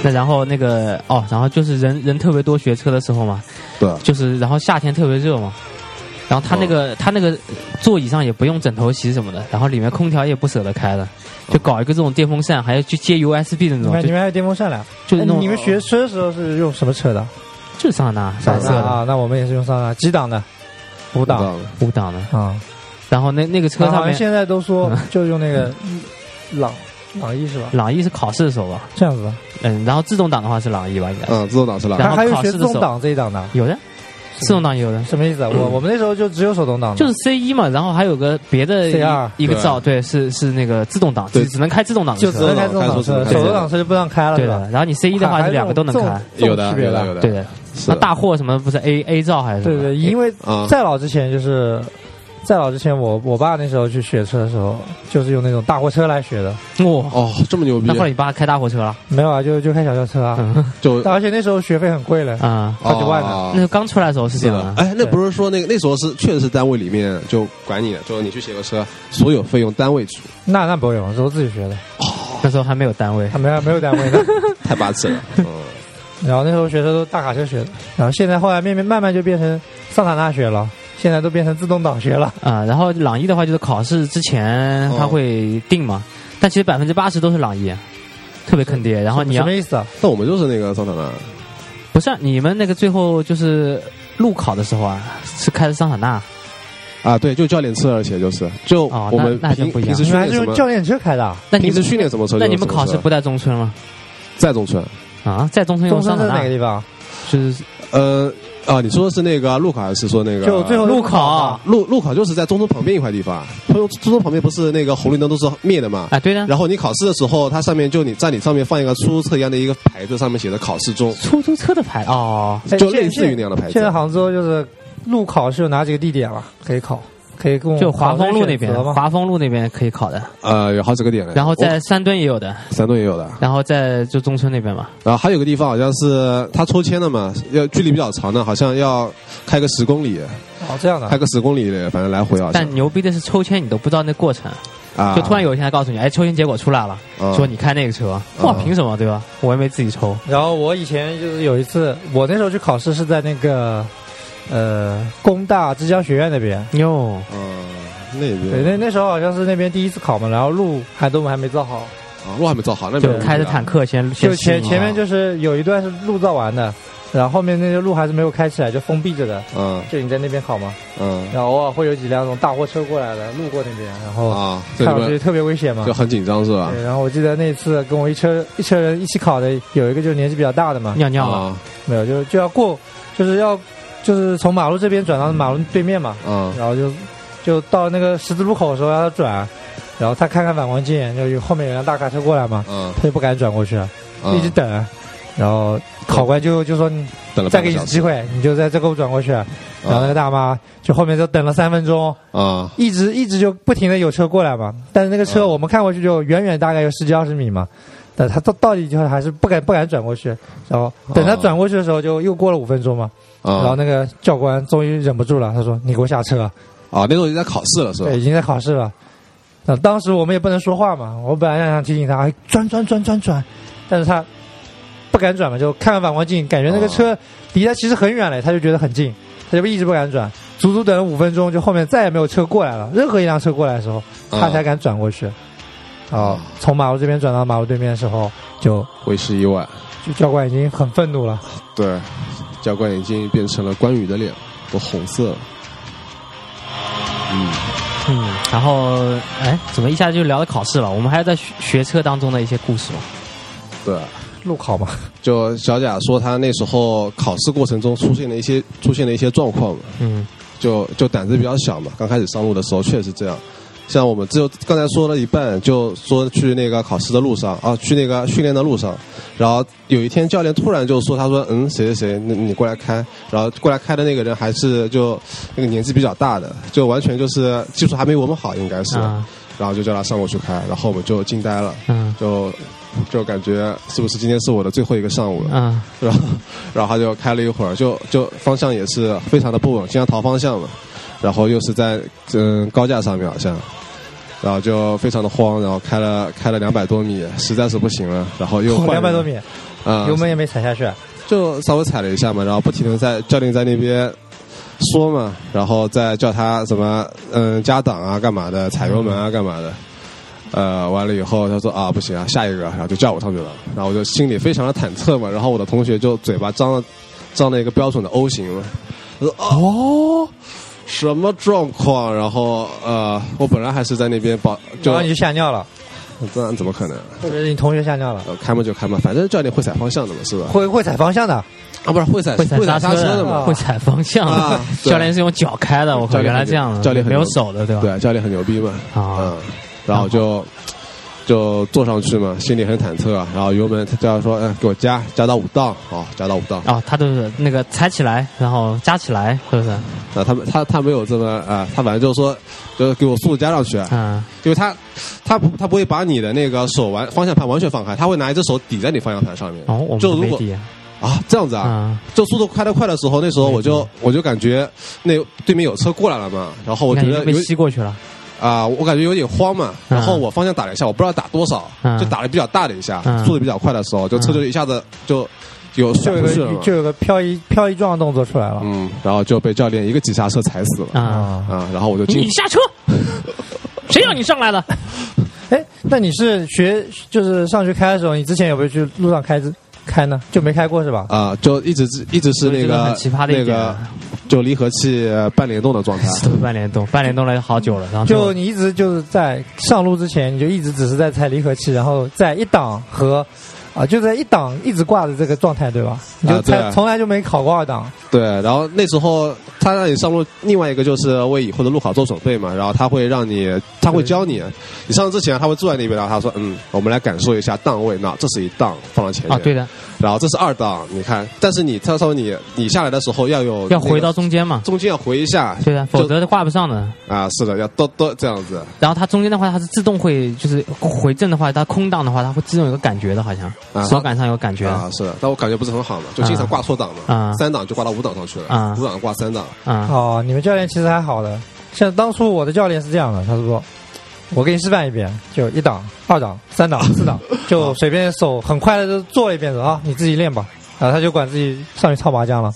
S4: 那然后那个哦，然后就是人人特别多学车的时候嘛，
S5: 对，
S4: 就是然后夏天特别热嘛，然后他那
S6: 哦
S4: 个、他那个座椅上也不用枕头席什么的，然后里面空调也不舍得开的，
S6: 哦
S4: 就搞一个这种电风扇，还要去接 USB 的那
S6: 你
S4: 种，
S6: 们你
S4: 哦就
S6: 们还有电风扇了？
S4: 就是那
S6: 哎
S4: 种
S6: 你们学车的时候是用什么车的？
S4: 就是桑塔纳散色的
S6: 啊，那我们也是用桑塔纳，几档的？五
S5: 不知
S6: 档
S5: 道了
S4: 五档的，
S6: 啊。
S4: 然后那那个车
S6: 那好
S4: 上
S6: 像
S4: 面嗯
S6: 现在都说就用那个朗朗逸是吧？
S4: 朗逸是考试的时候吧，
S6: 这样子吧，
S4: 嗯，然后自动挡的话是朗逸吧，应该
S5: 嗯，自动挡是了。
S4: 然后
S6: 还还有
S4: 考
S6: 学
S4: 试
S6: 自
S4: 的时候
S6: 动挡这一档的，
S4: 有的，自动挡也有的。
S6: 什么意思啊？我我们那时候就只有手动挡的，
S4: 就是 C 一嘛，然后还有个别的
S6: C2
S4: 一一个照，对，是是那个自动挡，
S5: 对
S4: 只只能开自动挡的
S6: 就只
S4: 车
S6: 能，开自动挡车，
S5: 啊开自动挡车
S6: 手动挡车就不让开了，
S4: 对
S6: 是吧
S4: 的。？然后你 C 一的话，
S6: 还
S4: 就两个都能开，，
S6: 这种
S5: 有的
S6: 这种区别
S5: 有的
S6: 吧
S5: 有的
S4: 对的。
S5: 是
S4: 那
S5: 的
S4: 大货什么不是 A A 照还是什
S6: 对
S4: 么？
S6: 对，因为
S5: 啊
S6: 在老之前就是，在老之前我我爸那时候去学车的时候，就是用那种大货车来学的，
S4: 哇，
S5: 哦，这么牛逼
S4: 那，后来你爸开大货车了？
S6: 没有啊，就就开小轿车啊，
S4: 嗯
S5: 就
S6: 但而且那时候学费很贵了，
S4: 啊，
S6: 好几万呢
S5: 哦
S4: 那时候刚出来的时候是这
S5: 是
S4: 样
S5: 的
S4: 的，，
S5: 哎，那不是说那个那时候是确实是单位里面就管你的，就是你去写个车，所有费用单位出，
S6: 那那不用，是我自己学的，
S4: 那时候还没有单位
S6: 啊，没有没有单位的。
S5: 太霸 气了。嗯，
S6: 然后那时候学车都是大卡车学的，然后现在后来慢慢慢慢就变成桑塔纳学了，现在都变成自动挡学了。
S4: 啊。然后朗逸的话，就是考试之前
S5: 哦
S4: 他会定嘛，但其实百分之八十都是朗逸，特别坑爹。然后你
S6: 什
S4: 要
S6: 么意思啊？
S5: 但我们就是那个桑塔纳，
S4: 不是啊你们那个最后就是路考的时候啊，是开的桑塔纳
S5: 啊，对，就教练车，而且就是就
S4: 哦
S5: 我们
S4: 那那就
S5: 平
S4: 不一样
S5: 平时
S6: 你
S5: 训
S6: 们还
S5: 练
S6: 是
S5: 什
S6: 用
S5: 么，
S6: 教练车开的啊？
S4: 那你
S5: 平时
S4: 们
S5: 训练什么车就
S4: 那
S5: 是
S4: 你
S5: 什
S4: 们
S5: 么啊
S4: 考试
S5: 车
S4: 不在中村了
S5: 在中村，
S4: 啊？在中村
S6: 中
S4: 用
S6: 山
S4: 桑塔
S6: 镇
S4: 纳
S6: 哪个地方？
S4: 就是
S5: 呃啊，你说的是那个路考还是说那个？啊
S6: 就最后
S4: 路
S6: 考
S4: 考
S6: 啊
S5: 路路考就是在中村旁边一块地方，中中村旁边不是那个红绿灯都是灭的嘛？
S4: 啊，对的，
S5: 然后你考试的时候，它上面就你在你上面放一个出租车一样的一个牌子，上面写的考试中，
S4: 出租车的牌哦，
S6: 哎
S5: 就
S6: 现
S5: 类似于那样的牌子
S6: 现
S4: 啊
S6: 在杭州就是路考是有哪几个地点了？可以考，可以供
S4: 就华丰路那边
S6: 考生选择，吗？
S4: 华丰路那边可以考的，
S5: 呃，有好几个点嘞。
S4: 然后在
S5: 我
S4: 山墩也有的，
S5: 山东也有的，
S4: 然后在就中村那边嘛，
S5: 然后还有个地方好像是它抽签的嘛，要距离比较长的，好像要开个十公里，
S6: 哦，这样的
S5: 开。个十公里，反正来回
S4: 啊
S5: 好像
S4: 但牛逼的是抽签你都不知道那过程，
S5: 啊，
S4: 就突然有一天他告诉你，哎，抽签结果出来了，
S5: 嗯
S4: 说你开那个车，哇，
S5: 嗯
S4: 凭什么对吧？我也没自己抽，
S6: 然后我以前就是有一次，我那时候去考试是在那个呃工大之江学院那边，
S4: 哟，
S5: 嗯那
S6: 对，
S5: 边
S6: 那那时候好像是那边第一次考嘛，然后路还都还没造好，
S5: 啊路还没造好，那边
S4: 就开着坦克先
S6: 就
S4: 先
S6: 前
S4: 试一下
S6: 前面就是有一段是路造完的，然后后面那些路还是没有开起来，就封闭着的，
S5: 嗯
S6: 就你在那边考嘛。
S5: 嗯
S6: 然后偶尔会有几辆那种大货车过来的，路过那边，然后
S5: 啊，这
S6: 看
S5: 你
S6: 上去
S5: 们
S6: 特别危险嘛
S5: 就。啊很紧张是吧？
S6: 对，然后我记得那次跟我一车一车人一起考的，有一个就是年纪比较大的嘛，
S4: 尿尿了，
S5: 啊
S6: 没有，就就要过，就是要就是从马路这边转到马路对面嘛，
S5: 啊
S6: 然后就就到那个十字路口的时候让他转，然后他看看反光镜，就有后面有辆大卡车过来嘛，
S5: 啊
S6: 他就不敢转过去，
S5: 啊！
S6: 一直等，然后考官就就说你
S5: 等了
S6: 再
S5: 半个
S6: 给你
S5: 小
S6: 次
S5: 时
S6: 机会，你就在这给我转过去，然
S5: 嗯
S6: 后那个大妈就后面就等了三分钟，
S5: 啊
S6: 一直一直就不停的有车过来嘛，但是那个车
S5: 嗯
S6: 我们看过去就远远大概有十几二十米嘛，但他到到底就是还是不敢不敢转过去，然后等他
S5: 哦
S6: 转过去的时候就又过了五分钟嘛，然后
S5: 啊
S6: 那个教官终于忍不住了，他说：“你给我下车。
S5: 啊！那时候已经在考试了”是吧
S6: 对，？已经在考试了。那当时我们也不能说话嘛，我本来想提醒他哎转转转转转，但是他不敢转嘛，就看看反光镜，感觉那
S5: 哦
S6: 个车离他其实很远了，他就觉得很近，他就一直不敢转，足足等了五分钟，就后面再也没有车过来了，任何一辆车过来的时候，他
S5: 嗯
S6: 才敢转过去。哦
S5: 哦，
S6: 从马路这边转到马路对面的时候，就
S5: 为时已晚，
S6: 就教官已经很愤怒了。
S5: 对，教官已经变成了关羽的脸，都红色了。嗯，
S4: 嗯，然后哎，怎么一下就聊到考试了？我们还在学学车当中的一些故事吗？
S5: 对。
S6: 路考嘛，
S5: 就小贾说他那时候考试过程中出现了一些出现了一些状况嘛，
S4: 嗯，
S5: 就就胆子比较小嘛，刚开始上路的时候确实这样。像我们只有刚才说了一半，就说去那个考试的路上啊，去那个训练的路上，然后有一天教练突然就说，他说，嗯，谁谁谁，你你过来开，然后过来开的那个人还是就那个年纪比较大的，就完全就是技术还没我们好，应该是，
S4: 啊，
S5: 然后就叫他上过去开，然后我们就惊呆了，
S4: 嗯
S5: 就就感觉是不是今天是我的最后一个上午了？
S4: 嗯
S5: 然后然后他就开了一会儿，就就方向也是非常的不稳，经常逃方向嘛，然后又是在嗯高架上面好像，然后就非常的慌，然后开了开了两百多米，实在是不行了，然后又换
S6: 哦两百
S5: 人
S6: 多米，
S5: 啊、
S6: 油门也没踩下去。
S5: 就稍微踩了一下嘛，然后不停的在教练在那边说嘛，然后再叫他什么嗯加档啊干嘛的，踩油门啊干嘛的。呃，完了以后，他说啊，不行啊，下一个，然后就叫我上去了，然后我就心里非常的忐忑嘛，然后我的同学就嘴巴张了张了一个标准的 O 型嘛，他说哦，什么状况？然后呃，我本来还是在那边保，就
S6: 然啊后你就吓尿了，
S5: 这样怎么可能？
S6: 或者是你同学吓尿了，
S5: 呃开嘛就开嘛，反正教练会踩方向的嘛，是吧？
S6: 会会踩方向的。
S5: 啊，不是会踩
S4: 会踩
S5: 刹
S4: 刹
S5: 车
S4: 的
S5: 的嘛，
S4: 会踩方向的。
S5: 啊 对
S4: 教练是用脚开的，我靠，
S5: 教练很
S4: 原来这样的，
S5: 教练很
S4: 没有
S5: 牛
S4: 手的，对吧？
S5: 对，教练很牛逼嘛，
S4: 啊
S5: 嗯，然后就就坐上去嘛，心里很忐忑，啊然后油门他教练说，嗯，给我加加到五档，哦，加到五档，
S4: 哦，他都是那个踩起来，然后加起来，是不是？
S5: 啊，他们他他没有这么啊，他反正就是说，就是给我速度加上去，
S4: 嗯，
S5: 因为他他不他不会把你的那个手完方向盘完全放开，他会拿一只手抵在你方向盘上面，
S4: 哦，我们
S5: 就如
S4: 没
S5: 果
S4: 底
S5: 啊这样子啊，
S4: 啊，
S5: 就速度开得快的时候，那时候我就我就感觉那对面有车过来了嘛，然后我觉
S4: 你
S5: 得
S4: 看你被
S5: 有
S4: 吸过去了，
S5: 啊、我感觉有点慌嘛，
S4: 嗯
S5: 然后我方向打了一下，我不知道打多少，
S4: 嗯
S5: 就打了比较大的一下，
S4: 嗯
S5: 速度比较快的时候，就车就一下子就有
S6: 就
S5: 甩
S6: 有
S5: 出去了
S6: 个
S5: 嘛
S6: 就，有个漂移漂移状的动作出来了
S5: 嗯，然后就被教练一个急刹车踩死
S4: 啊，
S5: 了，
S6: 啊！
S5: 啊，然后我就进
S4: 你，下 车，谁让你上来的？
S6: 哎，那你是学就是上学开的时候，你之前有没有去路上开开呢？就没开过是吧？
S5: 啊、就一直一直是那
S4: 这个
S5: 个
S4: 很奇葩的一
S5: 那
S4: 点
S5: 个
S4: 啊，
S5: 就离合器半联动的状态，
S4: 都半联动，半联动了好久了，
S5: 啊
S4: 然后
S6: 就你一直就是在上路之前，你就一直只是在踩离合器，然后在一档和啊就在一档一直挂着这个状态，对吧？你就
S5: 啊对
S6: 踩、
S5: 啊
S6: 从来就没考过二档，
S5: 对，然后那时候他让你上路，另外一个就是为以后的路考做准备嘛，然后他会让你，他会教你，你上之前他会坐在那边，然后他说，嗯，我们来感受一下档位，那这是一档放到前面，
S4: 啊，对的，
S5: 然后这是二档，你看，但是你他说你你下来的时候要有、
S4: 要回到中间嘛，
S5: 中间要回一下
S4: 对的，
S5: 就
S4: 否则挂不上的。
S5: 啊，是的，要哆哆这样子
S4: 然后它中间的话，它是自动会就是回正的话，它空档的话，它会自动有个感觉的，好像
S5: 啊
S4: 手感上有感觉
S5: 啊，是的，但我感觉不是很好嘛，就经常挂错档嘛，
S4: 啊
S5: 三档就挂到五档上去了，
S4: 啊
S5: 五档挂三档，
S4: 啊，
S6: 哦，你们教练其实还好的。像当初我的教练是这样的，他说：“我给你示范一遍，就一档、二档、三档、四 档，就随便手很快的就做一遍的啊，你自己练吧。”然后他就管自己上去操麻将了。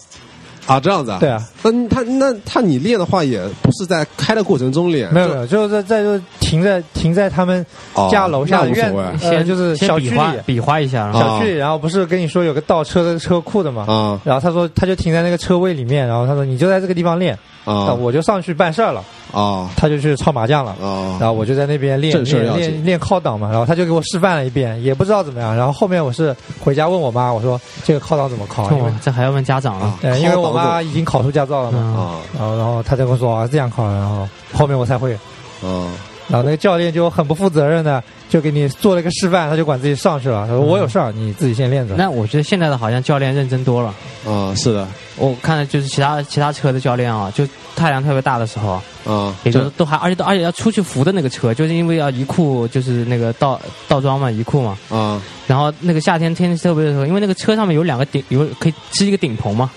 S5: 啊，这样子啊？
S6: 对啊。
S5: 那你他那他你练的话，也不是在开的过程中练，
S6: 没有
S5: 呃就
S6: 没有，就是在在就停在停在他们
S5: 哦
S6: 家楼下
S5: 那
S6: 的
S5: 无
S6: 院
S5: 所谓，啊
S6: 呃，
S4: 先
S6: 就是
S4: 先
S6: 小
S4: 比
S6: 区
S4: 划
S6: 里，
S4: 比划一下，然后
S5: 啊
S6: 小区里，然后不是跟你说有个倒车的车库的嘛？
S5: 啊
S6: 然后他说他就停在那个车位里面，然后他说你就在这个地方练，那
S5: 啊
S6: 我就上去办事儿了，
S5: 啊
S6: 他就去操麻将了。然
S5: 啊！
S6: 后我就在那边练
S5: 正事儿
S6: 练
S5: 要紧
S6: 练练靠挡嘛，然后他就给我示范了一遍，也不知道怎么样。然后后面我是回家问我妈，我说这个靠挡怎么靠？因为
S4: 哦这还要问家长了
S5: 啊。
S6: 对，因为
S5: 靠
S6: 我妈
S5: 挡
S6: 已经考出驾照了嘛。
S4: 嗯，
S5: 啊
S6: 然后然后他才跟我说啊这样考，然后后面我才会。
S5: 啊！
S6: 然后那个教练就很不负责任的，就给你做了一个示范，他就管自己上去了。他说我有事儿，你自己先练着。
S4: 那我觉得现在的好像教练认真多了。
S5: 啊，是的，
S4: 我看就是其他其他车的教练啊，就太阳特别大的时候，
S5: 啊，
S4: 也就是都还而且都而且要出去扶的那个车，就是因为要移库，就是那个倒倒桩嘛，移库嘛。
S5: 啊
S4: 然后那个夏天天气特别热的时候，因为那个车上面有两个顶，有可以支一个顶棚嘛。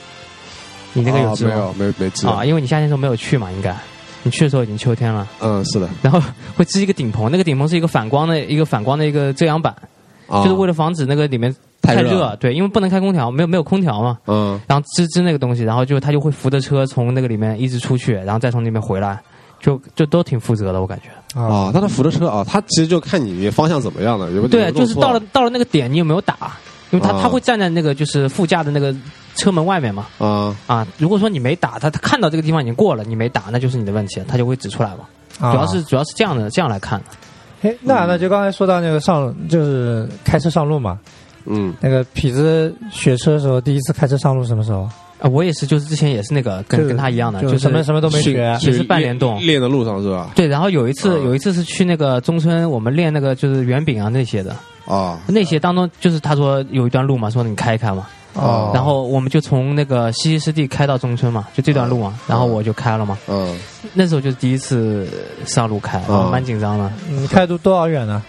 S4: 你那个有
S5: 啊
S4: 支
S5: 没
S4: 吗
S5: 有？没没知道
S4: 啊，因为你夏天的时候没有去嘛，应该你去的时候已经秋天了。
S5: 嗯，是的，
S4: 然后会支一个顶棚，那个顶棚是一个反光的一个反光的一个遮阳板，
S5: 啊
S4: 就是为了防止那个里面
S5: 太热
S4: 热，对，因为不能开空调，没有没有空调嘛。
S5: 嗯
S4: 然后支支那个东西，然后就他就会扶着车从那个里面一直出去，然后再从那边回来，就就都挺负责的，我感觉。
S6: 啊，
S4: 哦
S5: 啊，他的扶着车啊，他其实就看你方向怎么样了，有没有
S4: 对，
S5: 有没
S4: 就
S5: 有
S4: 是
S5: 弄错
S4: 到了到了那个点，你有没有打？因为他
S5: 啊
S4: 他会站在那个就是副驾的那个车门外面嘛。
S5: 啊
S4: 啊，如果说你没打，他他看到这个地方已经过了，你没打，那就是你的问题，他就会指出来嘛。
S6: 啊
S4: 主要是嗯主要是这样的这样来看的。
S6: 哎，那那就刚才说到那个上就是开车上路嘛，
S5: 嗯
S6: 那个痞子学车的时候，第一次开车上路什么时候？
S4: 啊，我也是，就是之前也是那个跟
S6: 就是
S4: 跟他一样的，
S6: 就
S4: 就是
S6: 什么什么都没学
S4: 也是半联动
S5: 练练的路上是吧？
S4: 对，然后有一次，
S5: 嗯
S4: 有一次是去那个中村，我们练那个就是圆饼啊那些的，
S5: 啊
S4: 那些当中就是他说有一段路嘛，说你开一开嘛，
S5: 哦
S4: 然后我们就从那个西溪湿地开到中村嘛，就这段路
S6: 哦
S4: 嘛，然后我就开了嘛，
S5: 嗯
S4: 那时候就是第一次上路开，
S6: 哦
S5: 嗯
S4: 蛮紧张的，
S6: 你开多多少远呢？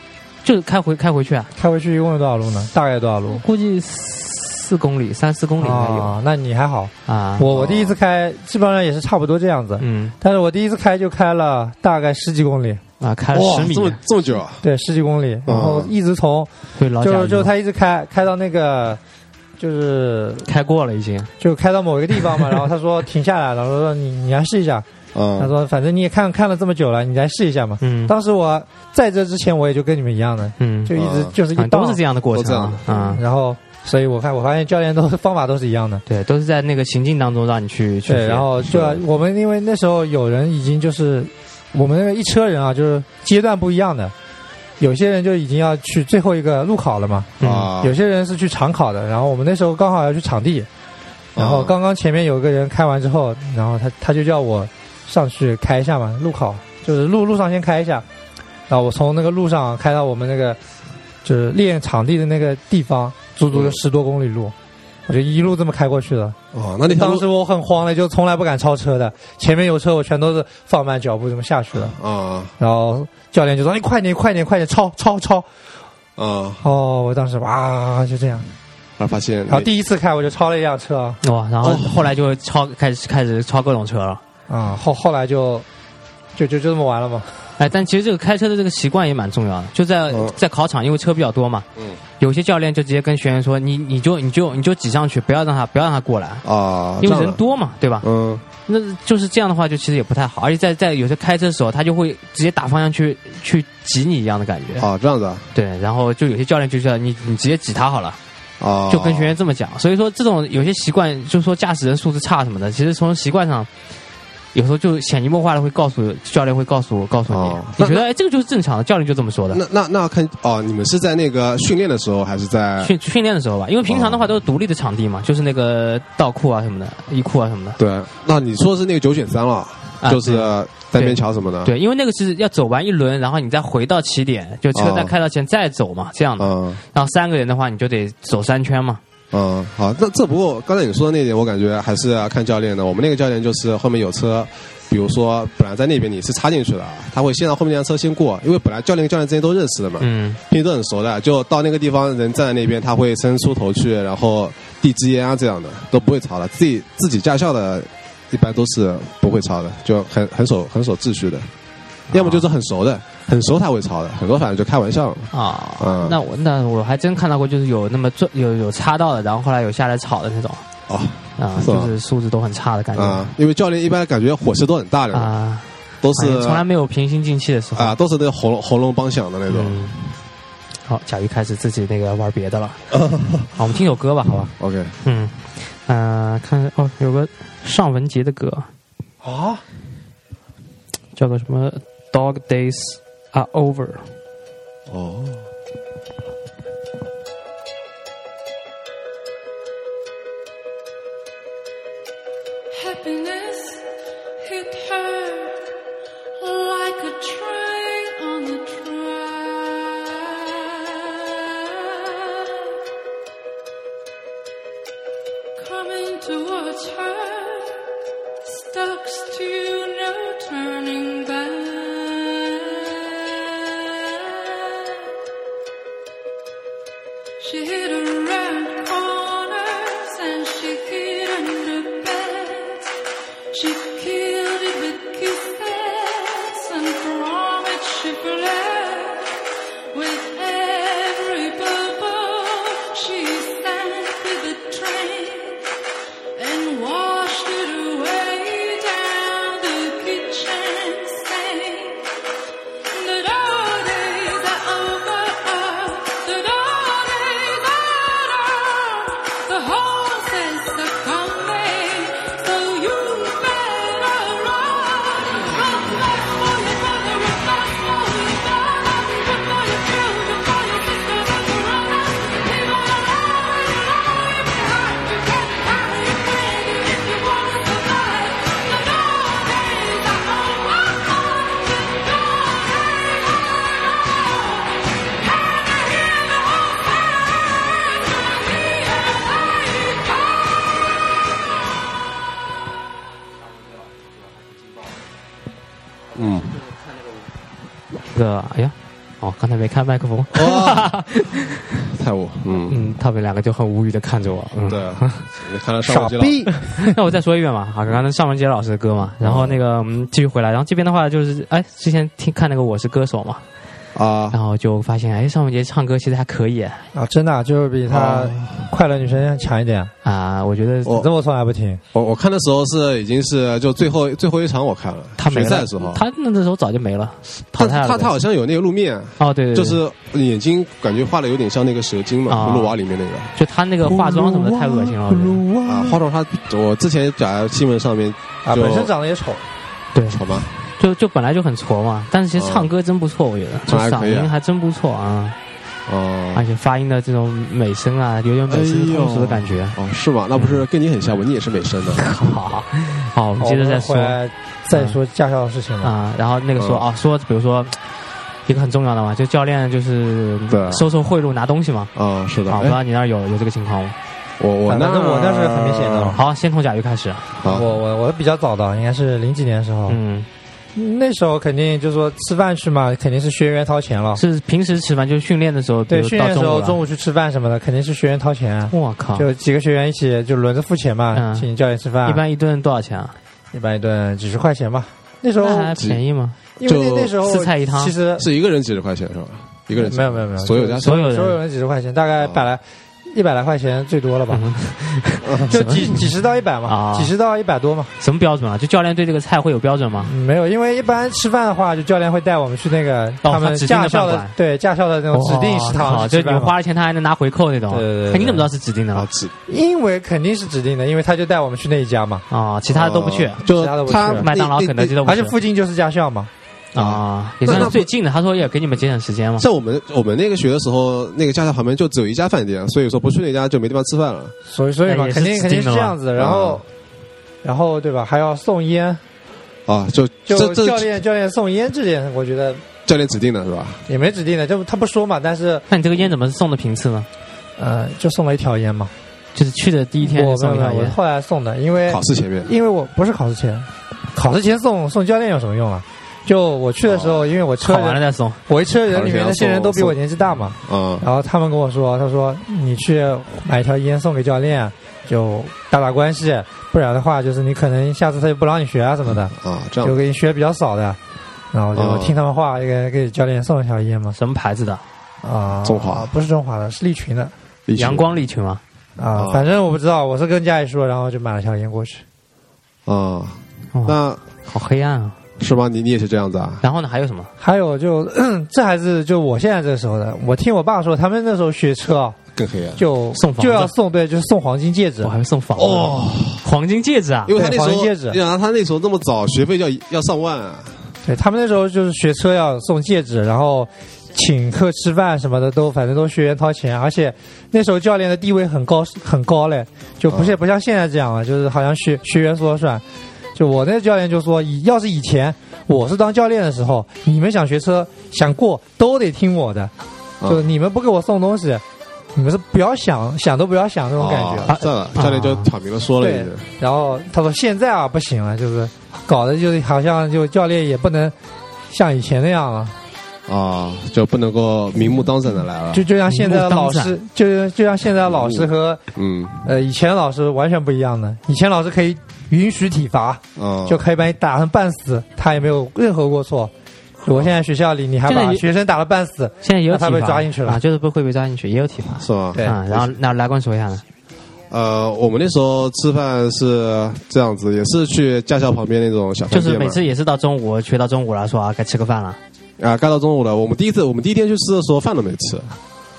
S4: 就是开回开回去啊，
S6: 开回去一共有多少路呢？大概有多少路？
S4: 估计四公里、三四公里应该有
S6: 哦，那你还好。
S4: 啊，
S6: 我我第一次开，基本上也是差不多这样子。
S4: 嗯
S6: 但是我第一次开就开了大概十几公里，
S4: 啊开了
S5: 哇
S4: 十，米
S5: 这，么这么久啊
S6: 对，十几公里，然后一直从，
S4: 对哦老
S6: 就是
S4: 贾
S6: 就是他一直开开到那个，就是
S4: 开过了已经，
S6: 就开到某一个地 方嘛，然后他说停下来，然后说你你来试一下，他
S5: 嗯
S6: 说反正你也看看了这么久了，你来试一下嘛。
S4: 哦嗯
S6: 当时我在这之前我也就跟你们一样的，
S4: 嗯，
S6: 就一直
S5: 嗯
S6: 就是一
S4: 啊都是这
S6: 样，
S4: 样
S6: 嗯
S4: 的过
S5: 都这
S4: 程
S5: 样
S4: 啊啊。
S6: 然后所以我看我发现教练都方法都是一样的。
S4: 对，都是在那个行进当中让你去去
S6: 对，
S4: 学
S6: 然后就要我们因为那时候有人已经就是我们那个一车人啊，就是阶段不一样的，有些人就已经要去最后一个路考了嘛，
S4: 嗯
S5: 啊
S6: 有些人是去场考的，然后我们那时候刚好要去场地，然后
S5: 啊
S6: 刚刚前面有个人开完之后，然后他他就叫我上去开一下嘛，路考就是路路上先开一下，然后我从那个路上开到我们那个就是练场地的那个地方，足足有
S5: 嗯
S6: 十多公里路，我就一路这么开过去的。
S5: 哦，那你
S6: 当时我很慌了，就从来不敢超车的，前面有车我全都是放慢脚步这么下去
S4: 嗯
S6: 的。
S5: 啊
S6: 然后教练就说：“你哎快点，快点，快点，超超超
S5: 啊！！”
S6: 哦，我当时哇就这样，
S5: 然后发现
S6: 然后第一次开我就超了一辆车啊
S4: 哇，然后后来就超开始开始超各种车了。
S6: 啊，后后来就就就就这么玩了嘛。
S4: 哎，但其实这个开车的这个习惯也蛮重要的，就在、
S5: 嗯
S4: 在考场，因为车比较多嘛，
S5: 嗯
S4: 有些教练就直接跟学员说，你你就你就你就挤上去，不要让他不要让他过来，
S5: 啊，
S4: 因
S5: 这
S4: 为
S5: 样
S4: 人
S5: 的
S4: 多嘛，对吧？
S5: 嗯
S4: 那就是这样的话，就其实也不太好，而且在在有些开车的时候，他就会直接打方向去去挤你一样的感觉，
S5: 啊这样子啊
S4: 对。然后就有些教练就叫你你直接挤他好了，
S5: 啊，
S4: 就跟学员这么讲。所以说，这种有些习惯，就是说驾驶人素质差什么的，其实从习惯上，有时候就潜移默化的会告诉教练，会告诉告诉你，
S5: 哦
S4: 你觉得哎，这个就是正常的，教练就这么说的。
S5: 那那那看哦，你们是在那个训练的时候还是在
S4: 训训练的时候吧，因为平常
S5: 哦
S4: 的话都是独立的场地嘛，就是那个道库啊什么的，一库啊什么的。
S5: 对？那你说是那个九选三了，
S4: 啊
S5: 就是单边桥什么的，
S4: 对，因为那个是要走完一轮，然后你再回到起点，就车
S5: 哦
S4: 在开到前再走嘛，这样的。
S5: 嗯。
S4: 然后三个人的话，你就得走三圈嘛。
S5: 嗯，好，那这不过刚才你说的那点，我感觉还是啊要看教练的。我们那个教练就是后面有车，比如说本来在那边你是插进去的，他会先让后面那辆车先过，因为本来教练跟教练之间都认识的嘛，
S4: 嗯，
S5: 平时都很熟的，就到那个地方人站在那边，他会伸出头去，然后递支烟啊这样的都不会吵的。自己自己驾校的，一般都是不会吵的，就很很守很守秩序的，
S4: 啊
S5: 要么就是很熟的，很熟他会吵的，很多反正就开玩笑嘛。
S4: 啊、
S5: 嗯
S4: 那我那我还真看到过，就是有那么坐有有插到的，然后后来有下来吵的那种。
S5: 哦，
S4: 啊，
S5: 是吧
S4: 就是素质都很差的感觉
S5: 啊，因为教练一般感觉火气都很大的，
S4: 啊，
S5: 都
S4: 好
S5: 是
S4: 像从来没有平心静气的时候
S5: 啊，。都是那喉咙喉咙帮响的那种。
S4: 嗯，好，甲鱼开始自己那个玩别的 了。
S5: 哦
S4: 好，我们听首歌吧，好吧？
S5: OK，
S4: 嗯，呃，看哦，有个尚雯婕的歌
S6: 啊，
S4: 叫个什么《Dog Days Are Over》。
S5: 哦，
S7: Happiness hit her like a train on the track, coming towards her, stuck to no turning back. She hid around corners and she hid under beds. She killed it with kisses and from it she fled. With every bubble she sank with the train and washed it away down the kitchen sink. The days are over. The days are The horses are coming, so you better run. Run back for your brother, run back for your father, run for your children, for your sisters, and your brothers. Leave all your worries behind. You can't hide your pain if you want to survive. The days are over.
S5: 嗯，
S4: 那个，哎呀，哦，刚才没看麦克风。
S5: 泰晤，嗯，
S4: 嗯，他们两个就很无语的看着我。嗯，
S5: 对，你看来上
S6: 傻
S5: 过机了，
S6: 逼，
S4: 那我再说一遍嘛，啊，刚刚尚雯婕老师的歌嘛，然
S5: 嗯
S4: 后那个我们继续回来，然后这边的话就是，哎，之前听看那个《我是歌手》嘛，
S5: 啊
S4: 然后就发现，哎，尚雯婕唱歌其实还可以啊、
S6: 啊，真的啊就是比他快乐女神要强一点。啊
S4: 啊我觉得
S5: 哦
S6: 这我从来不听，
S5: 我我看的时候是已经是就最后最后一场我看了，
S4: 她没
S5: 决赛
S4: 了
S5: 的时候，，
S4: 她那时候早就没了，淘
S5: 他
S4: 汰了。
S5: 他他好像有那个路面，
S4: 哦，对对对，
S5: 就是眼睛感觉画的有点像那个蛇精嘛，
S4: 啊
S5: 葫芦娃里面那个
S4: 就她那个化妆什么的太恶心了，我觉得
S5: 啊，化妆他我之前在新闻上面
S6: 嗯啊，
S5: 就
S6: 本身长得也丑，
S4: 对，
S5: 好吧，
S4: 就就本来就很挫嘛，但是其实唱歌真不错，我觉得，就
S5: 嗯还
S4: 嗓
S5: 可以啊
S4: 音还真不错啊，而
S5: 哦
S4: 且发音的这种美声啊，有点美声通俗的感觉。
S5: 哦是吗？那不是跟你很像吗？你也是美声的，
S4: 好，好，我们接着再
S6: 好
S4: 说
S6: 我们
S4: 嗯
S6: 回来再说驾校的事情了。
S4: 啊。然后那个说
S5: 嗯
S4: 啊，说比如说一个很重要的嘛，就教练就是
S5: 对
S4: 收受贿赂拿东西嘛。
S5: 啊是的，
S4: 啊，我不知
S5: 哎
S4: 道你那儿有有这个情况吗？
S5: 我我
S6: 反
S5: 那
S6: 正我那是很明显
S5: 嗯
S6: 的
S4: 好，先从甲鱼开始。
S5: 啊
S6: 我我我比较早的，应该是零几年的时候，
S4: 嗯，
S6: 那时候肯定就是说吃饭去嘛，肯定是学员掏钱了。
S4: 是平时吃饭就是训练的时候，
S6: 对，
S4: 比
S6: 训
S4: 如到
S6: 练的时候中
S4: 午
S6: 午去吃饭什么的，肯定是学员掏钱啊
S4: 了。我靠，
S6: 就几个学员一起就轮着付钱嘛
S4: 嗯，
S6: 请教练吃饭，
S4: 一般一顿多少钱啊？
S6: 一般一顿几十块钱吧。那时候
S4: 那还便宜吗？
S6: 因为
S5: 就
S6: 那那时候
S4: 四菜一汤
S6: 其实
S5: 是一个人几十块钱是吧？一个人
S6: 没有没有没有，
S5: 所有加起
S4: 所有人
S6: 所有人几十块钱，大概
S5: 哦
S6: 百来一百来块钱最多了吧，
S4: 嗯
S6: 就几几十到一百嘛，
S4: 啊
S6: 几十到一百多嘛。
S4: 什么标准啊？就教练对这个菜会有标准吗？
S6: 嗯没有，因为一般吃饭的话，就教练会带我们去那个
S4: 哦
S6: 他们
S4: 指定的
S6: 驾校
S4: 饭馆
S6: 对驾校的那种指定食
S4: 哦
S6: 堂
S4: 靠
S6: 去
S4: 就
S6: 吃
S4: 你
S6: 饭嘛
S4: 花了钱，他还能拿回扣那种。
S6: 对对对对
S4: 哎你怎么知道是指定的
S5: 啊
S4: 啊？
S5: 几
S6: 因为肯定是指定的，因为他就带我们去那一家嘛，
S4: 啊，其他都不去
S5: 啊，就
S6: 其他都不去
S5: 他
S4: 麦当劳、肯德基都不
S6: 而
S4: 去
S6: 且。附近就是驾校嘛。
S4: 啊，也算是最近的。他说也给你们节省时间嘛。
S5: 像我们我们那个学的时候，那个驾校旁边就只有一家饭店，所以说不去那家就没地方吃饭了。
S6: 所以所以
S4: 那
S6: 嘛
S4: 也，是
S6: 肯定
S4: 指
S6: 肯
S4: 定的
S6: 定
S4: 嗯
S6: 是这样子。然后，然后对吧？还要送烟，
S5: 啊，就
S6: 就
S5: 这这
S6: 教练教练送烟这点，我觉得
S5: 教练指定的是吧？
S6: 也没指定的，就他不说嘛，但是
S4: 那你这个烟怎么送的频次呢？
S6: 呃，就送了一条烟嘛。
S4: 就是去的嗯第一天
S6: 我
S4: 就送一
S6: 没
S4: 条
S6: 有没有我
S4: 烟
S6: 后来送的，因为
S5: 考试前面
S6: 因为我不是考试前，考试前送送教练有什么用啊？就我去的时候，因为我车
S4: 哦考完了
S6: 人，
S4: 再送。
S6: 我一车人里面
S5: 考试前要
S6: 那些人都比
S5: 送
S6: 我年纪大嘛，
S5: 啊，
S6: 然后他们跟我说，他说你去买一条烟送给教练，就打打关系，不然的话就是你可能下次他就不让你学啊什么的，
S5: 啊，这
S6: 就
S5: 样
S6: 给你学比较少的。然后
S5: 哦
S6: 就听他们话，给给教练送一条烟嘛。
S4: 什么牌子的？
S6: 啊，
S5: 中华
S6: 不是中华的，是利群的。
S5: 利群
S4: 阳光利群吗？
S5: 啊
S6: 啊，反正我不知道，我是跟家里说，然后就买了条烟过去。
S5: 啊、
S6: 嗯
S4: 哦，
S5: 那
S4: 好黑暗啊！
S5: 是吗？你你也是这样子啊？
S4: 然后呢，还有什么？
S6: 还有就 这还是就我现在这个时候的，我听我爸说，他们那时候学车啊，
S5: 更黑暗。
S6: 就
S4: 送房子
S6: 就要送对，就是送黄金戒指
S4: 我，还会送房子
S5: 哦，
S4: 黄金戒指啊！
S5: 因为他那
S6: 对黄
S5: 时
S6: 金
S5: 候，
S6: 戒指
S5: 你想他那时候那么早，学费要要上万啊、
S6: 对他们那时候就是学车要送戒指，然后请客吃饭什么的都反正都学员掏钱，而且那时候教练的地位很高很高嘞，就不是、不像现在这样了，就是好像学学员说了算。就我那个教练就说，以要是以前我是当教练的时候，你们想学车想过都得听我的，
S5: 啊
S6: 就是你们不给我送东西，你们是不要想想都不要想那种感觉。
S5: 啊算了，教练就挑明了说了一
S6: 对
S5: 句，，
S6: 然后他说现在啊不行了，就是搞得就是好像就教练也不能像以前那样了，
S5: 啊，就不能够明目张胆的来了。
S6: 就就像现在的老
S4: 明
S6: 师，就就像现在的老师和
S5: 嗯
S6: 呃以前老师完全不一样的，以前老师可以允许体罚，
S5: 啊，
S6: 就可以把你打成半死，他也没有任何过错。我现在学校里，你还
S4: 现在
S6: 把
S4: 也
S6: 学生打了半死，
S4: 现在也有
S6: 那
S4: 体
S6: 他
S4: 罚，
S6: 被抓进去了
S4: 啊，就是被会被抓进去，也有体罚
S5: 是吗？
S6: 对
S4: 啊。然后那来关说一下呢，
S5: 呃，我们那时候吃饭是这样子，也是去驾校旁边那种小
S4: 就
S5: 饭店
S4: 是
S5: 嘛。
S4: 每次也是到中午，学到中午了，说啊该吃个饭了，
S5: 啊，干到中午了。我们第一次，我们第一天去吃的时候，饭都没吃。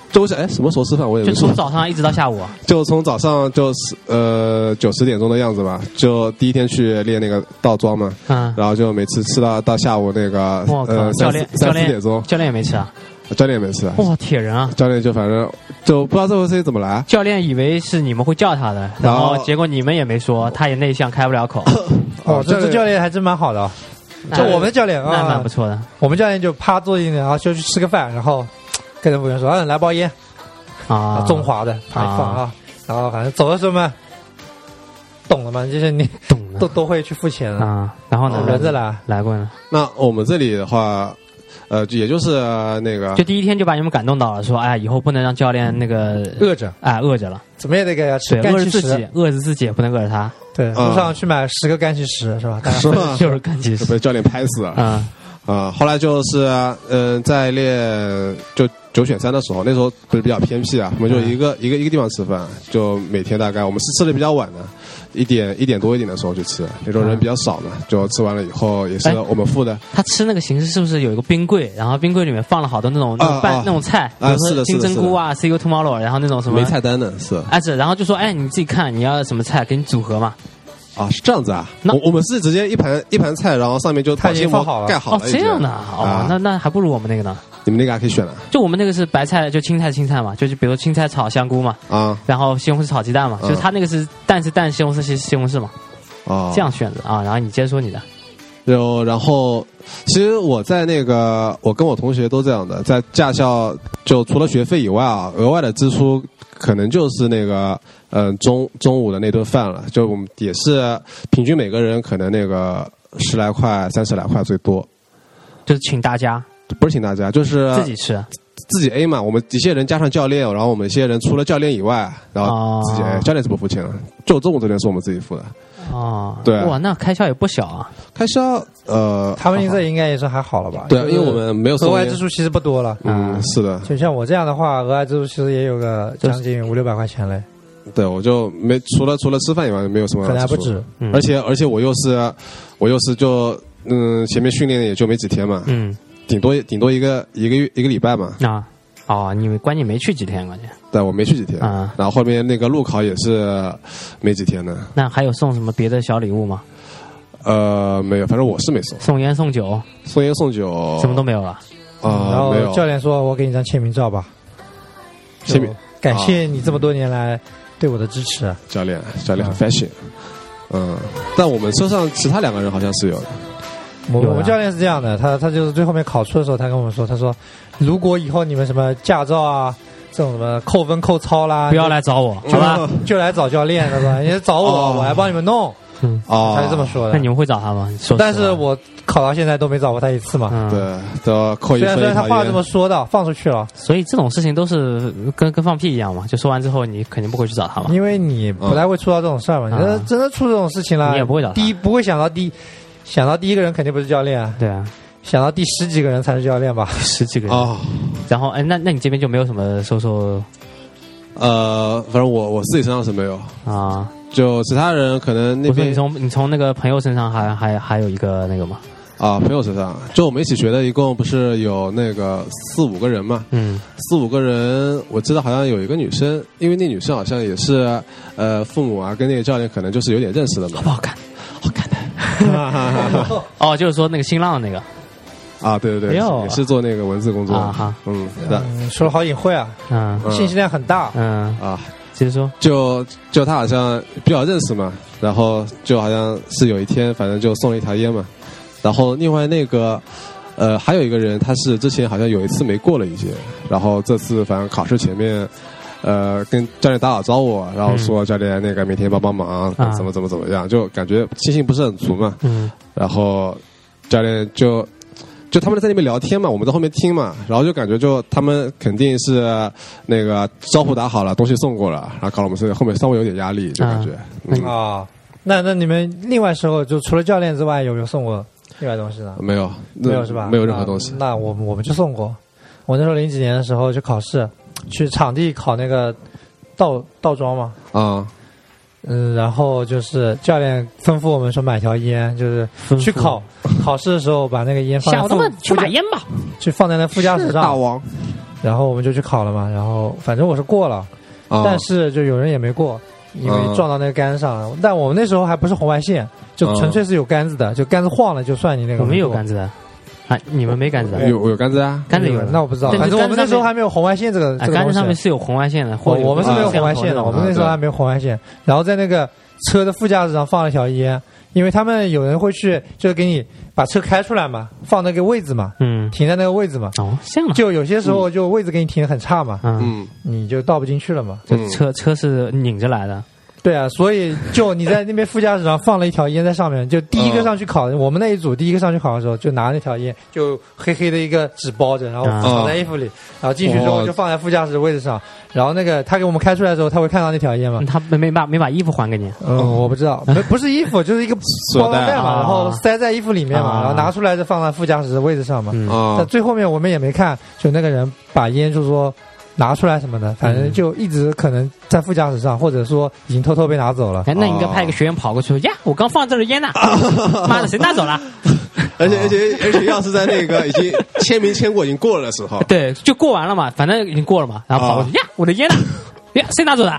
S5: 就我想，哎，什么时候吃饭？我也
S4: 就
S5: 没说
S4: 从。早上一直到下午啊。
S5: 就从早上就是呃九十点钟的样子吧，就第一天去练那个倒桩嘛，
S4: 嗯，
S5: 然后就每次吃到到下午那个
S4: 我靠
S5: 呃，
S4: 教
S5: 三四
S4: 练教
S5: 三四
S4: 练
S5: 点钟，
S4: 教练也没吃啊，
S5: 教练也没吃，
S6: 嗯
S4: 哇，铁人啊！
S5: 教练就反正就不知道这回事情怎么来，
S4: 教练以为是你们会叫 他
S6: 哦
S4: 的，
S5: 然
S4: 然
S5: 后
S4: 后结果你们也没说，他也内向，开不了口。
S5: 哦
S6: 哦，这
S5: 这
S6: 这教练还真蛮好的啊。 就我们的教练
S4: 那蛮
S6: 啊
S4: 不，错的，
S6: 我们教练就啪坐进去，然后就去吃个饭，然后跟着服务员说：“嗯，来包烟。”
S4: 啊
S6: 啊，，中华的排放啊，然后反正走的时候嘛，懂了吗？就是你
S4: 懂了
S6: 都都会去付钱了，
S4: 啊。然后呢，
S6: 轮着来。
S4: 来过呢，
S5: 那我们这里的话，呃，就也就是呃那个
S4: 就第一天就把你们感动到了，说哎，以后不能让教
S5: 嗯
S4: 练那个
S6: 饿着，
S4: 哎饿着了，
S6: 怎么也得给他
S4: 对
S6: 吃，干
S4: 饿着
S6: 气
S4: 自己
S6: 石。，
S4: 饿着自己也不能饿着他，
S6: 对，
S5: 嗯
S6: 路上去买十个干气石是吧？大
S5: 是
S6: 家
S5: 吧？
S4: 就是干其
S5: 就
S4: 实
S5: 被教练拍死了。
S4: 啊
S5: 啊、后来就是嗯、在练就九选三的时候，那时候不是比较偏僻啊，我们就一个、
S4: 嗯
S5: 一个一个地方吃饭，就每天大概我们是吃的比较晚的，一点一点多一点的时候去吃，那时候人比较少嘛，就吃完了以后也是
S4: 哎
S5: 我们付的
S4: 他吃那个形式是不是有一个冰柜？然后冰柜里面放了好多那种那
S5: 啊
S4: 种
S5: 啊
S4: 拌那种菜，比
S5: 啊
S4: 如
S5: 是的
S4: 说金针菇啊，see you tomorrow，然后那种什么
S5: 没。菜单的是
S4: 哎，是，然后就说，哎，你自己看你要什么菜，给你组合嘛。
S5: 啊，是这样子啊，
S4: 那
S5: 我我们是直接一盘一盘菜，然后上面就
S6: 它
S5: 保
S6: 已
S5: 鲜
S6: 经
S5: 膜
S6: 放好了
S5: 盖好
S4: 哦
S5: 了，，已
S4: 这
S5: 经
S4: 样的啊
S5: 啊
S4: 哦，那那还不如我们那个呢。
S5: 你们那个还可以选了啊
S4: 就我们那个是白菜，就青菜青菜嘛，就是比如青菜炒香菇嘛，
S5: 啊
S4: 然后西红柿炒鸡蛋嘛，
S5: 嗯
S4: 就是他那个是蛋是蛋，西红柿是西红柿嘛，
S6: 哦
S5: 啊，
S4: 这样选择啊。然后你接着说你的，
S5: 然后，然后，其实我在那个，我跟我同学都这样的，在驾校就除了学费以外啊，额外的支出可能就是那个，嗯、中中午的那顿饭了。就我们也是平均每个人可能那个十来块、三十来块最多，
S4: 就是请大家
S5: 不是请大家，就是
S6: 呃
S4: 自己吃，
S5: 自己 A 嘛。我们一些人加上教练，然后我们一些人除了教练以外，然后自己 A，、
S4: 哦
S5: 教练是不付钱的，就中午这顿是我们自己付的。
S4: 哦，
S5: 对
S4: 哇，那开销也不小啊。
S5: 开销，呃，
S6: 他们这应该也是还好了吧？
S5: 对啊
S6: 就，是
S5: 因为我们没有
S6: 额
S5: 收
S6: 外
S5: 烟
S6: 支出其实不多了。
S4: 啊
S5: 嗯，是的，
S6: 就像我这样的话，额外支出其实也有个
S4: 就是
S6: 将近五六百块钱嘞，
S5: 对，我就没除了除了吃饭以外，没有什么
S6: 可能还
S5: 支
S6: 不
S5: 出
S6: 止。
S4: 嗯
S5: 而且而且我又是我又是就嗯前面训练也就没几天嘛，
S4: 嗯
S5: 顶多顶多一个一个月一个礼拜嘛，
S4: 啊，哦，你关键没去几天，关键
S5: 但我没去几天。
S4: 啊
S5: 然后后面那个路考也是没几天呢，
S4: 那还有送什么别的小礼物吗？
S5: 呃，没有，反正我是没送，
S4: 送烟送
S6: 哦
S4: 酒，
S5: 送烟送酒
S4: 什么都没有了。
S6: 然
S5: 啊、
S6: 后
S5: 没有
S6: 教练说：“我给你张签名照吧，
S5: 签名啊
S6: 就感谢你这么多年来对我的支持。”啊
S5: 教练教练很 fashion，嗯，但我们车上其他两个人好像是有的，
S6: 我
S4: 有啊
S6: 我们教练是这样的，他他就是最后面考出的时候，他跟我们说，他说，如果以后你们什么驾照啊，这种什么扣分扣操啦，
S4: 不要来找我，好吧？
S6: 就，就来找教练，他说，你找我，
S5: 哦
S6: 我来帮你们弄，
S4: 嗯，
S5: 哦，
S6: 他是这么说
S4: 那你
S6: 的。
S4: 们会找他吗？你说实话，
S6: 但是我考到现在都没找过他一次嘛，
S4: 嗯，
S5: 对，都要扣一
S6: 虽然
S5: 分
S6: 虽
S5: 一
S6: 然他
S5: 条
S6: 话这么
S5: 烟，
S6: 说的，放出去了，
S4: 所以这种事情都是跟跟放屁一样嘛，就说完之后你肯定不会去找他嘛。
S6: 因为你不太会出到这种事儿嘛，
S4: 嗯
S6: 你真真的出这种事情了，
S4: 你也不会找他
S6: 第一不会想到第一想到第一个人肯定不是教练啊，
S4: 对啊，
S6: 想到第十几个人才是教练吧。
S4: 十几个人，
S5: 啊、
S4: 然后哎，那那你这边就没有什么收收
S5: 呃，反正我我自己身上是没有，
S4: 啊，
S5: 就其他人可能那
S4: 我说你
S5: 边
S4: 从你从那个朋友身上还还还有一个那个吗？
S5: 啊朋友身上，就我们一起学的，一共不是有那个四五个人嘛，
S4: 嗯
S5: 四五个人，我记得好像有一个女生，因为那女生好像也是呃父母啊跟那个教练可能就是有点认识的嘛
S4: 不，好看，好看的。哦，就是说那个新浪的那个，
S5: 啊对对
S4: 哎
S5: 对，
S4: 呦
S5: 也是做那个文字工作
S4: 啊哈，
S5: 嗯的
S6: 嗯说的好隐晦啊，
S4: 嗯
S5: 嗯
S6: 信息量很大。
S4: 嗯，
S5: 啊，
S4: 接着说，
S5: 就就他好像比较认识嘛，然后就好像是有一天，反正就送了一条烟嘛。然后另外那个，呃，还有一个人，他是之前好像有一次没过了一节，然后这次反正考试前面，呃，跟教练打打招呼，啊然后说教练那个明天帮帮忙，
S4: 啊
S5: 怎么怎么怎么样，就感觉信心不是很足嘛。
S4: 嗯
S5: 然后教练就就他们在那边聊天嘛，我们在后面听嘛，然后就感觉就他们肯定是那个招呼打好了，东西送过了，然后搞得我们是后面稍微有点压力，就感觉、嗯
S6: 啊，那那你们另外时候就除了教练之外，有没有送过另外东西呢？
S5: 没有那
S6: 没有是吧？
S5: 呃没有任何东西
S6: 啊那我我们就送过，我那时候零几年的时候去考试，去场地考那个倒倒桩嘛。
S5: 啊
S6: 嗯，然后就是教练吩咐我们说买条烟，就是
S4: 吩咐
S6: 去考考试的时候把那个烟放在
S4: 下午他
S6: 副
S4: 妈去
S6: 副
S4: 买
S6: 驾
S4: 烟吧，
S6: 去放在那副驾驶上，
S5: 王
S6: 然后我们就去考了嘛。然后反正我是过了，
S5: 啊，
S6: 但是就有人也没过，因为
S5: 嗯
S6: 撞到那个杆上了。但我们那时候还不是红外线，就纯粹是有杆子的，就杆子晃了就算你那个。
S4: 我们有杆子的，啊，你们没杆子的，
S5: 有我有杆子啊，
S4: 杆子
S6: 有
S4: 有的
S6: 那我不知道，
S4: 对
S6: 反正我们那时候
S4: 杆
S6: 还没有红外线这个
S4: 子上面
S6: 这个
S4: 啊，杆子上
S6: 东
S4: 面
S6: 西。
S4: 是有红外线的，啊
S6: 我
S4: 或者
S6: 我们是没有
S4: 摄像
S6: 红外
S4: 头
S6: 线的，
S4: 那
S6: 我
S4: 种
S6: 们那时候还没有红外线。然后在那个车的副驾驶上放了条烟，因为他们有人会去，就是给你把车开出来嘛，放那个位置嘛，
S4: 嗯，
S6: 停在那个位置嘛。
S4: 哦，这样的，
S6: 就有些时候就位置给你停的很差嘛，
S4: 嗯，
S5: 嗯
S6: 你就倒不进去了嘛。
S4: 这车车是拧着来的，
S6: 对啊，所以就你在那边副驾驶上放了一条烟在上面，就第一个上去烤，我们那一组第一个上去烤的时候，就拿那条烟，就黑黑的一个纸包着，然后
S4: 啊哦
S6: 藏在衣服里，然后进去之后
S5: 哇
S6: 就放在副驾驶的位置上，然后那个他给我们开出来的时候，他会看到那条烟嘛
S4: 嗯？他没没把没把衣服还给你，
S6: 嗯，我不知道，不不是衣服，就是一个包
S5: 塑
S6: 装
S5: 料袋
S6: 袋嘛，
S4: 啊
S6: 然后塞在衣服里面嘛，
S4: 啊
S6: 然后拿出来就放在副驾驶的位置上嘛。
S4: 嗯
S5: 啊
S6: 但最后面我们也没看，就那个人把烟就说拿出来什么的，反
S4: 嗯
S6: 正就一直可能在副驾驶上，或者说已经偷偷被拿走了。
S4: 哎，那你应该派一个学员跑过去说：“呀，我刚放这儿的 烟呢，妈的，谁拿走了
S5: 而且而且而且要是在那个已经签名签过已经过了的时
S6: 哦
S5: 候？”，
S4: 对，就过完了嘛，反正已经过了嘛，然后跑过去：“呀，我的 烟呢？呀，谁拿走的？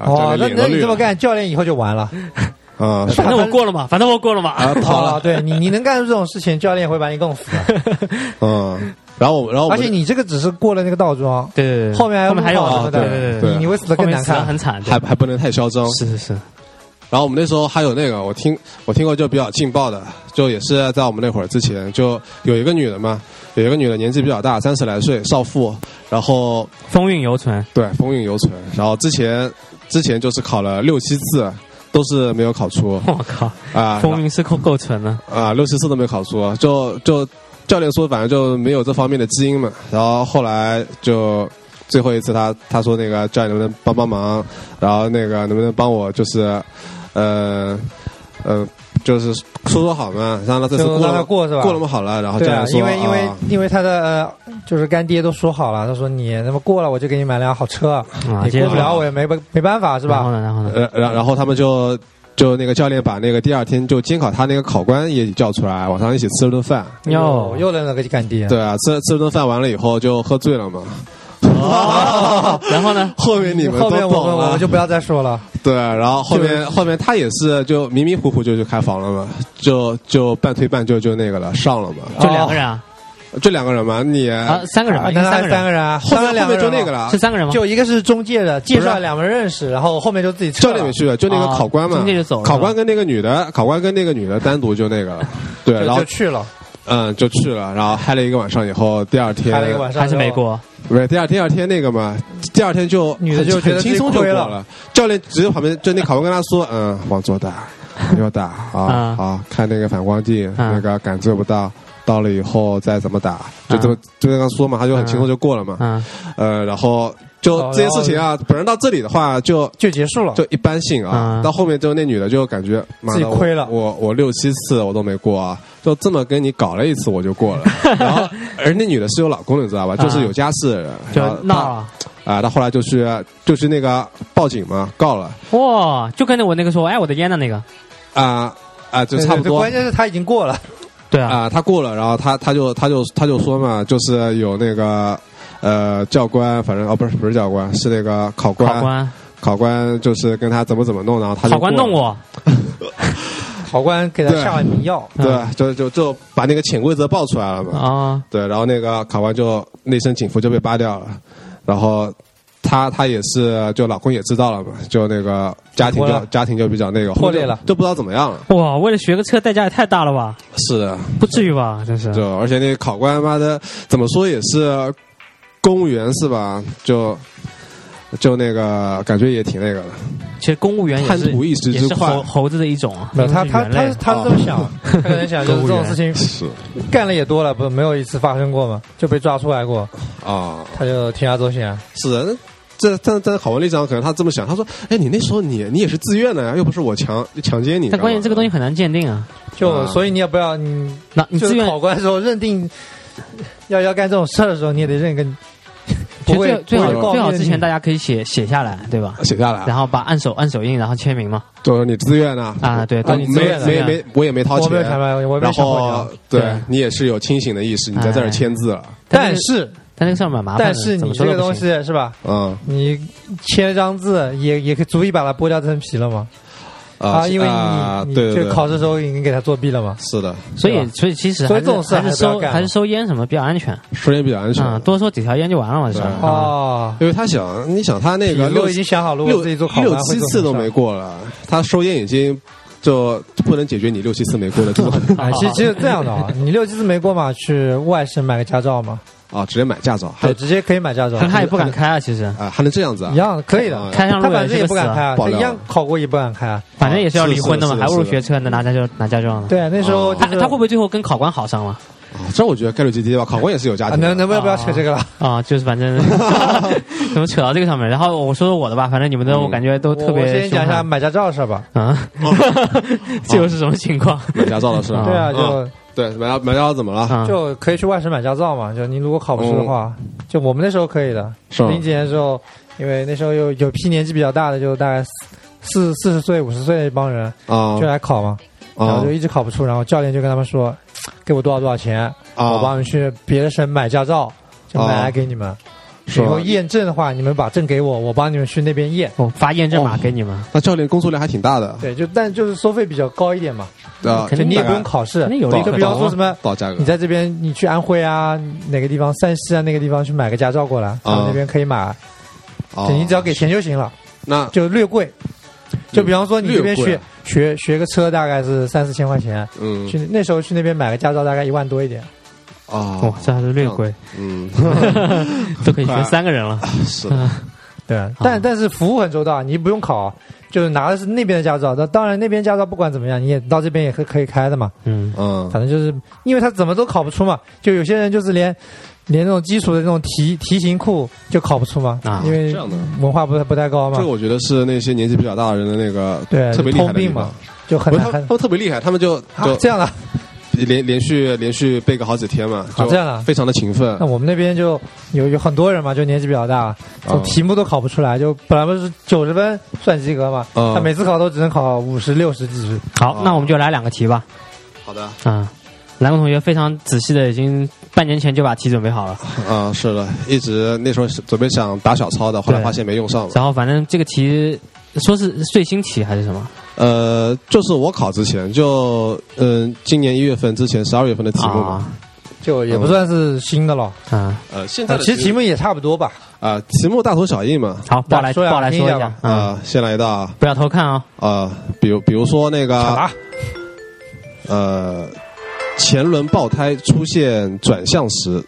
S6: 哦，
S5: 啊
S6: 那
S5: 脸
S6: 那
S5: 都
S6: 你
S5: 绿
S6: 这么
S5: 了
S6: 干，教练以后就完了。
S5: 啊，
S4: 反正我过了嘛，反正我过了嘛。
S5: 啊跑
S6: 哦
S5: 了，
S6: 对你你能干出这种事情，教练会把你弄 死的。
S5: 嗯，然后我然后我
S6: 而且你这个只是过了那个倒桩”，
S4: 对对对，
S6: 后面还有
S4: 后面还有
S6: 路跑什么的
S4: 对对
S5: 啊对
S6: 你你会死的
S4: 后
S6: 更
S4: 面
S6: 难
S4: 死的
S6: 看
S4: 很。惨，对
S5: 还还不能太嚣张，
S4: 是是是，
S5: 然后我们那时候还有那个，我听我听过就比较劲爆的，就也是在我们那会儿之前，就有一个女的嘛，有一个女的年纪比较大，三十来岁，少妇，然后
S4: 风韵犹存。
S5: 对风韵犹存，然后之前之前就是考了六七次，都是没有考出
S4: 我靠，
S6: 哎
S5: 啊
S4: 风韵是够够存了。
S5: 啊六七次都没考出，就就教练说反正就没有这方面的基因嘛，然后后来就。最后一次他，他说那个教练能不能帮帮忙，然后那个能不能帮我就是，呃，呃，就是说说好嘛，让他这次过
S6: 就让他
S5: 了
S6: 过是吧
S5: 过了嘛好了，然后教
S6: 对啊
S5: 练，说，
S6: 因为因为
S5: 啊
S6: 因为他的呃，就是干爹都说好了，他说你那么过了我就给你买辆好车，
S4: 啊
S6: 你
S4: 接着
S6: 过不了我也没办没办法是
S4: 然后
S6: 吧？
S4: 呢，然后呢？
S5: 呃，然然后他们就就那个教练把那个第二天就监考他那个考官也叫出来，晚上一起吃了顿饭。
S6: 呃
S4: 哟
S6: 又认了个干爹，
S5: 对啊，吃了吃了顿饭完了以后就喝醉了嘛。
S6: 哦
S4: 然后呢？
S5: 后面你们
S6: 后
S5: 都
S6: 面我
S5: 懂啊
S6: 们我
S5: 了
S6: 们就。不要再说了。
S5: 对，然后后
S6: 就是
S5: 面后面他也是就迷迷糊糊就去开房了嘛，就就半推半就就那个了上了嘛，
S4: 就两个人啊？
S5: 就两个人嘛，你
S4: 啊，三个人吧？
S6: 啊
S4: 应该
S6: 那
S4: 三
S6: 还
S4: 个
S6: 三个
S4: 人
S6: 人啊，
S5: 后
S6: 当
S5: 面
S6: 然两
S5: 后面就那个
S6: 了，啊
S5: 了
S4: 是，三个人吗？
S6: 就一个是中介的介
S5: 不
S6: 绍
S5: 是啊
S6: 两人认识，然后后面就自己撤
S5: 教
S6: 了
S5: 练没去的，就那个
S4: 啊
S5: 考官嘛
S4: 中间就走，了
S5: 考官跟那个女的，考官跟那个女的单独就那个了，对，
S6: 就
S5: 然后
S6: 就去了，
S5: 嗯就去了，然后嗨了一个晚上以后，第二天
S6: 开了一个晚上
S4: 还是
S6: 之后
S4: 没过？
S5: 不是第二第二天那个嘛，第二天就
S6: 女的就
S5: 很
S6: 觉得
S5: 很
S6: 自己
S5: 轻松就
S6: 亏
S5: 过
S6: 了
S5: 了，教练直接旁边就那考官跟他说，嗯，往左打，往右打啊
S4: 啊
S5: 啊，看那个反光镜，
S4: 啊
S5: 那个感知不到。到了以后再怎么打，就这么就跟他说嘛，他就很轻松就过了嘛。
S4: 嗯，
S5: 呃，然后就
S6: 哦
S5: 这些事情啊，本来到这里的话就
S6: 就结束了。
S5: 就一般性啊
S4: 嗯。
S5: 到后面就那女的就感觉妈的
S6: 自己亏了
S5: 我我我六七次我都没过啊，就这么跟你搞了一次我就过了。然后而那女的是有老公的，你知道吧？就是有家室的人，
S4: 就
S5: 然后她
S4: 闹了。
S5: 啊，他后来就去就去那个报警嘛，告了
S4: 哇，就跟着我那个说，哎，我的烟呢？那个，
S5: 啊啊，就差不
S6: 对对
S5: 多
S6: 关键是他已经过 了，
S4: 对啊，
S5: 啊，他过了，然后他他就他就他就说嘛，就是有那个呃教官，反正哦不是不是教官，是那个考官
S4: 考官，
S5: 考官就是跟他怎么怎么弄，然后他就
S4: 考官
S5: 过
S4: 弄
S5: 了
S4: 我，
S6: 考官给他
S5: 对
S6: 下了迷药，
S5: 对，就就就把那个潜规则爆出来了嘛。
S4: 啊，
S5: 对，然后那个考官就那身警服就被扒掉了，然后她她也是就老公也知道了嘛，就那个家庭
S6: 脱
S5: 就
S6: 了
S5: 家庭就比较那个
S6: 破裂了
S5: 后来就就不知道怎么样了。
S4: 哇，为了学个车代价也太大了吧？
S5: 是的，
S4: 不至于 吧？真是，
S5: 就而且那个考官妈的怎么说也是公务员是吧？就。就那个感觉也挺那个的，
S4: 其实公务员也
S5: 贪
S4: 是
S5: 图一时
S4: 也
S5: 之
S4: 是
S5: 快
S4: 猴猴子的一种啊，
S6: 没有他
S4: 是
S6: 他
S4: 人类
S6: 他他是这么想，他可能想就是这种事情
S5: 是
S6: 干了也多了，不没有一次发生过嘛，就被抓出来过，
S5: 啊，
S6: 他就铤而走险啊。
S5: 是的。这但但考文丽长可能他这么想，他说：“哎，你那时候你你也是自愿的呀，又不是我强强奸你。”
S4: 但关键这个东西很难鉴定啊，
S6: 就
S5: 啊
S6: 所以你也不要你
S4: 那你
S6: 就
S4: 自
S6: 是
S4: 愿
S6: 考官的时候认定要要干这种事儿的时候，你也得认个
S4: 其
S6: 不
S4: 实
S6: 会
S4: 最最好
S5: 不会告
S4: 最好
S6: 诫
S4: 之
S6: 你
S4: 前大家可以写写下来，对吧？
S5: 写下来啊，
S4: 然后把按手按手印，然后签名嘛。
S5: 就是你自愿的
S4: 啊，对，
S5: 我
S4: 都
S6: 你自
S5: 没
S6: 愿的
S5: 没没，我也没掏
S6: 我
S5: 钱，
S6: 没有想到，我没
S5: 然
S6: 有想过
S5: 后
S6: 你啊。
S5: 对
S4: 对
S5: 你也是有清醒的意识，你在这儿签字了，
S6: 但是
S4: 但那个事儿蛮麻烦的，
S6: 但是
S4: 怎
S6: 你
S4: 么说
S6: 这
S4: 都
S6: 个
S4: 不
S6: 东
S4: 行
S6: 西是吧？
S5: 嗯
S6: 你签一张字也也可以足以把它剥掉这层皮了嘛？啊，因为
S5: 啊
S6: 你你
S5: 对对
S6: 就
S5: 对
S6: 考试的时候已经给他作弊了嘛。
S5: 是的，
S4: 所
S6: 对
S4: 以
S6: 吧
S4: 所以其实
S6: 所
S4: 还
S6: 以
S4: 是
S6: 这种事
S4: 还是
S6: 还是不要
S4: 收
S6: 干
S4: 还是
S6: 了
S4: 收烟什么比较安全
S5: 时间比较安全，
S4: 啊，多收几条烟就完了嘛，是吧？
S5: 对
S4: 啊
S6: 哦，
S5: 因为他想，你想他那个
S6: 如果
S5: 六
S6: 已经想好，如果
S5: 六
S6: 自己做考官
S5: 六
S6: 会
S5: 七
S6: 做
S5: 次
S6: 什
S5: 都
S6: 么事
S5: 没
S6: 儿
S5: 过了，他收烟已经就不能解决你六七次没过的 这种
S6: 哎，其实其实这样 的啊，你六七次没过嘛，去外省买个驾照嘛，
S5: 啊，直接买驾照，还
S6: 对，直接可以买驾照，
S4: 他也不敢开啊，其实
S5: 啊还能这样子啊
S6: 一？样可以的。
S4: 开上
S6: 他
S4: 路也
S6: 反正
S4: 是
S6: 也
S4: 个
S6: 不
S4: 死
S6: 敢开
S4: 啊，
S6: 啊，
S5: 爆
S6: 他
S5: 料
S6: 一样考过也不敢开啊。
S4: 反正也是要离婚的嘛，
S5: 是的
S4: 还不如
S5: 是的
S4: 学车呢，拿驾照拿驾照呢。
S6: 对，啊那时
S5: 哦
S6: 候
S4: 他
S6: 就是
S4: 哎他会不会最后跟考官好上了
S5: 啊这我觉得概率极低吧，考官也是有家
S6: 啊
S5: 庭的
S6: 能能不要不要扯这个了？
S4: 啊？就是反 正怎么扯到这个上面？然后我说说我的吧，反正你们的我感觉都特
S6: 我我
S4: 别
S6: 先
S4: 凶
S6: 讲一下
S4: 悍
S6: 买驾照的事儿吧。
S4: 啊， 这又是什么情况？
S5: 买驾照的是吧？
S6: 对啊，就
S5: 嗯对买驾买驾照怎么了？
S4: 啊
S6: 就可以去外省买驾照嘛。就你如果考不出的
S4: 哦
S6: 话，就我们那时候可以的。
S5: 是吗
S6: 零几年的时候，因为那时候有有批年纪比较大的，就大概四四十岁、五十岁那帮人
S5: 啊
S4: 哦
S6: 就来考嘛，然
S5: 啊
S6: 后就一直考不出，然后教练就跟他们说，给我多少多少钱，
S4: 哦
S6: 我
S5: 啊！
S6: 帮你去别的省买驾照，就买来给你
S4: 哦
S6: 们。
S5: 是
S6: 以
S5: 吗
S6: 后验证的话，你们把证给我，我帮你们去那边验。
S4: 我发验证码给你们，
S5: 那教练工作量还挺大的，
S6: 对，就但就是收费比较高一点嘛，
S5: 对啊，
S4: 肯
S6: 就
S4: 定
S6: 你也不用
S5: 大概
S6: 考试
S4: 肯定，有利
S6: 就
S4: 可
S6: 比方
S4: 图
S6: 说
S4: 啊
S6: 什么
S5: 到价格
S6: 你在这边，你去安徽啊，哪个地方，山西啊，那个地方去买个驾照过来，他们那边可以买，
S5: 啊
S6: 对你只要给钱就行了，
S5: 那
S6: 就略贵。就比方说你这边
S5: 略贵
S6: 学
S5: 啊
S6: 学学个车，大概是三四千块钱，
S5: 嗯
S6: 去那时候去那边买个驾照大概一万多一点。
S5: 啊，
S4: 哇，这还是略贵，
S5: 嗯，
S4: 都可以学三个人了。
S5: 是的，啊
S6: 对，但但是服务很周到，你不用考，就是拿的是那边的驾照。那当然那边驾照不管怎么样，你也到这边也可可以开的嘛。
S4: 嗯，
S5: 嗯
S6: 反正就是因为他怎么都考不出嘛，就有些人就是连连那种基础的那种题题型库就考不出嘛，
S4: 啊
S6: 因为
S5: 这样的
S6: 文化不太不太高嘛
S5: 这个。我觉得是那些年纪比较大的人的那个
S6: 对，
S5: 特别厉害
S6: 通
S5: 的地
S6: 病
S5: 方
S6: 嘛，，就很
S5: 不是他
S6: 难很
S5: 们他们特别厉害，他们就
S6: 啊
S5: 就
S6: 这 样的。
S5: 连连续连续背个好几天嘛，
S6: 啊
S5: 就
S6: 这样啊
S5: 非常的勤奋
S6: 那，我们那边就有有很多人嘛，就年纪比较大，就
S5: 嗯
S6: 题目都考不出来，就本来不是九十分算及格嘛，
S5: 嗯
S6: 他每次考都只能考五十六十几十。
S4: 好
S5: 哦，
S4: 那我们就来两个题吧。
S5: 好的
S4: 啊，蓝光同学非常仔细的，已经半年前就把题准备好了。
S5: 啊是的，一直那时候是准备想打小抄的，后来
S4: 对
S5: 发现没用上嘛，
S4: 然后反正这个题说是最新题还是什么
S5: 呃，就是我考之前就嗯今年一月份之前十二月份的题目嘛，
S4: 啊
S6: 就也不算是新的了，
S4: 啊？
S5: 呃现在
S6: 啊
S5: 的
S6: 其实题目也差不多吧。
S5: 啊题目大同小异嘛，
S4: 好，报来
S6: 说呀
S4: 报来
S6: 听
S4: 说
S6: 一
S4: 一
S6: 下
S4: 下
S6: 吧
S4: 啊，
S5: 啊先来一道啊
S4: 不要偷看啊。
S5: 啊，比如比如说那个
S6: 抢答
S5: 呃，前轮爆胎出现转向时，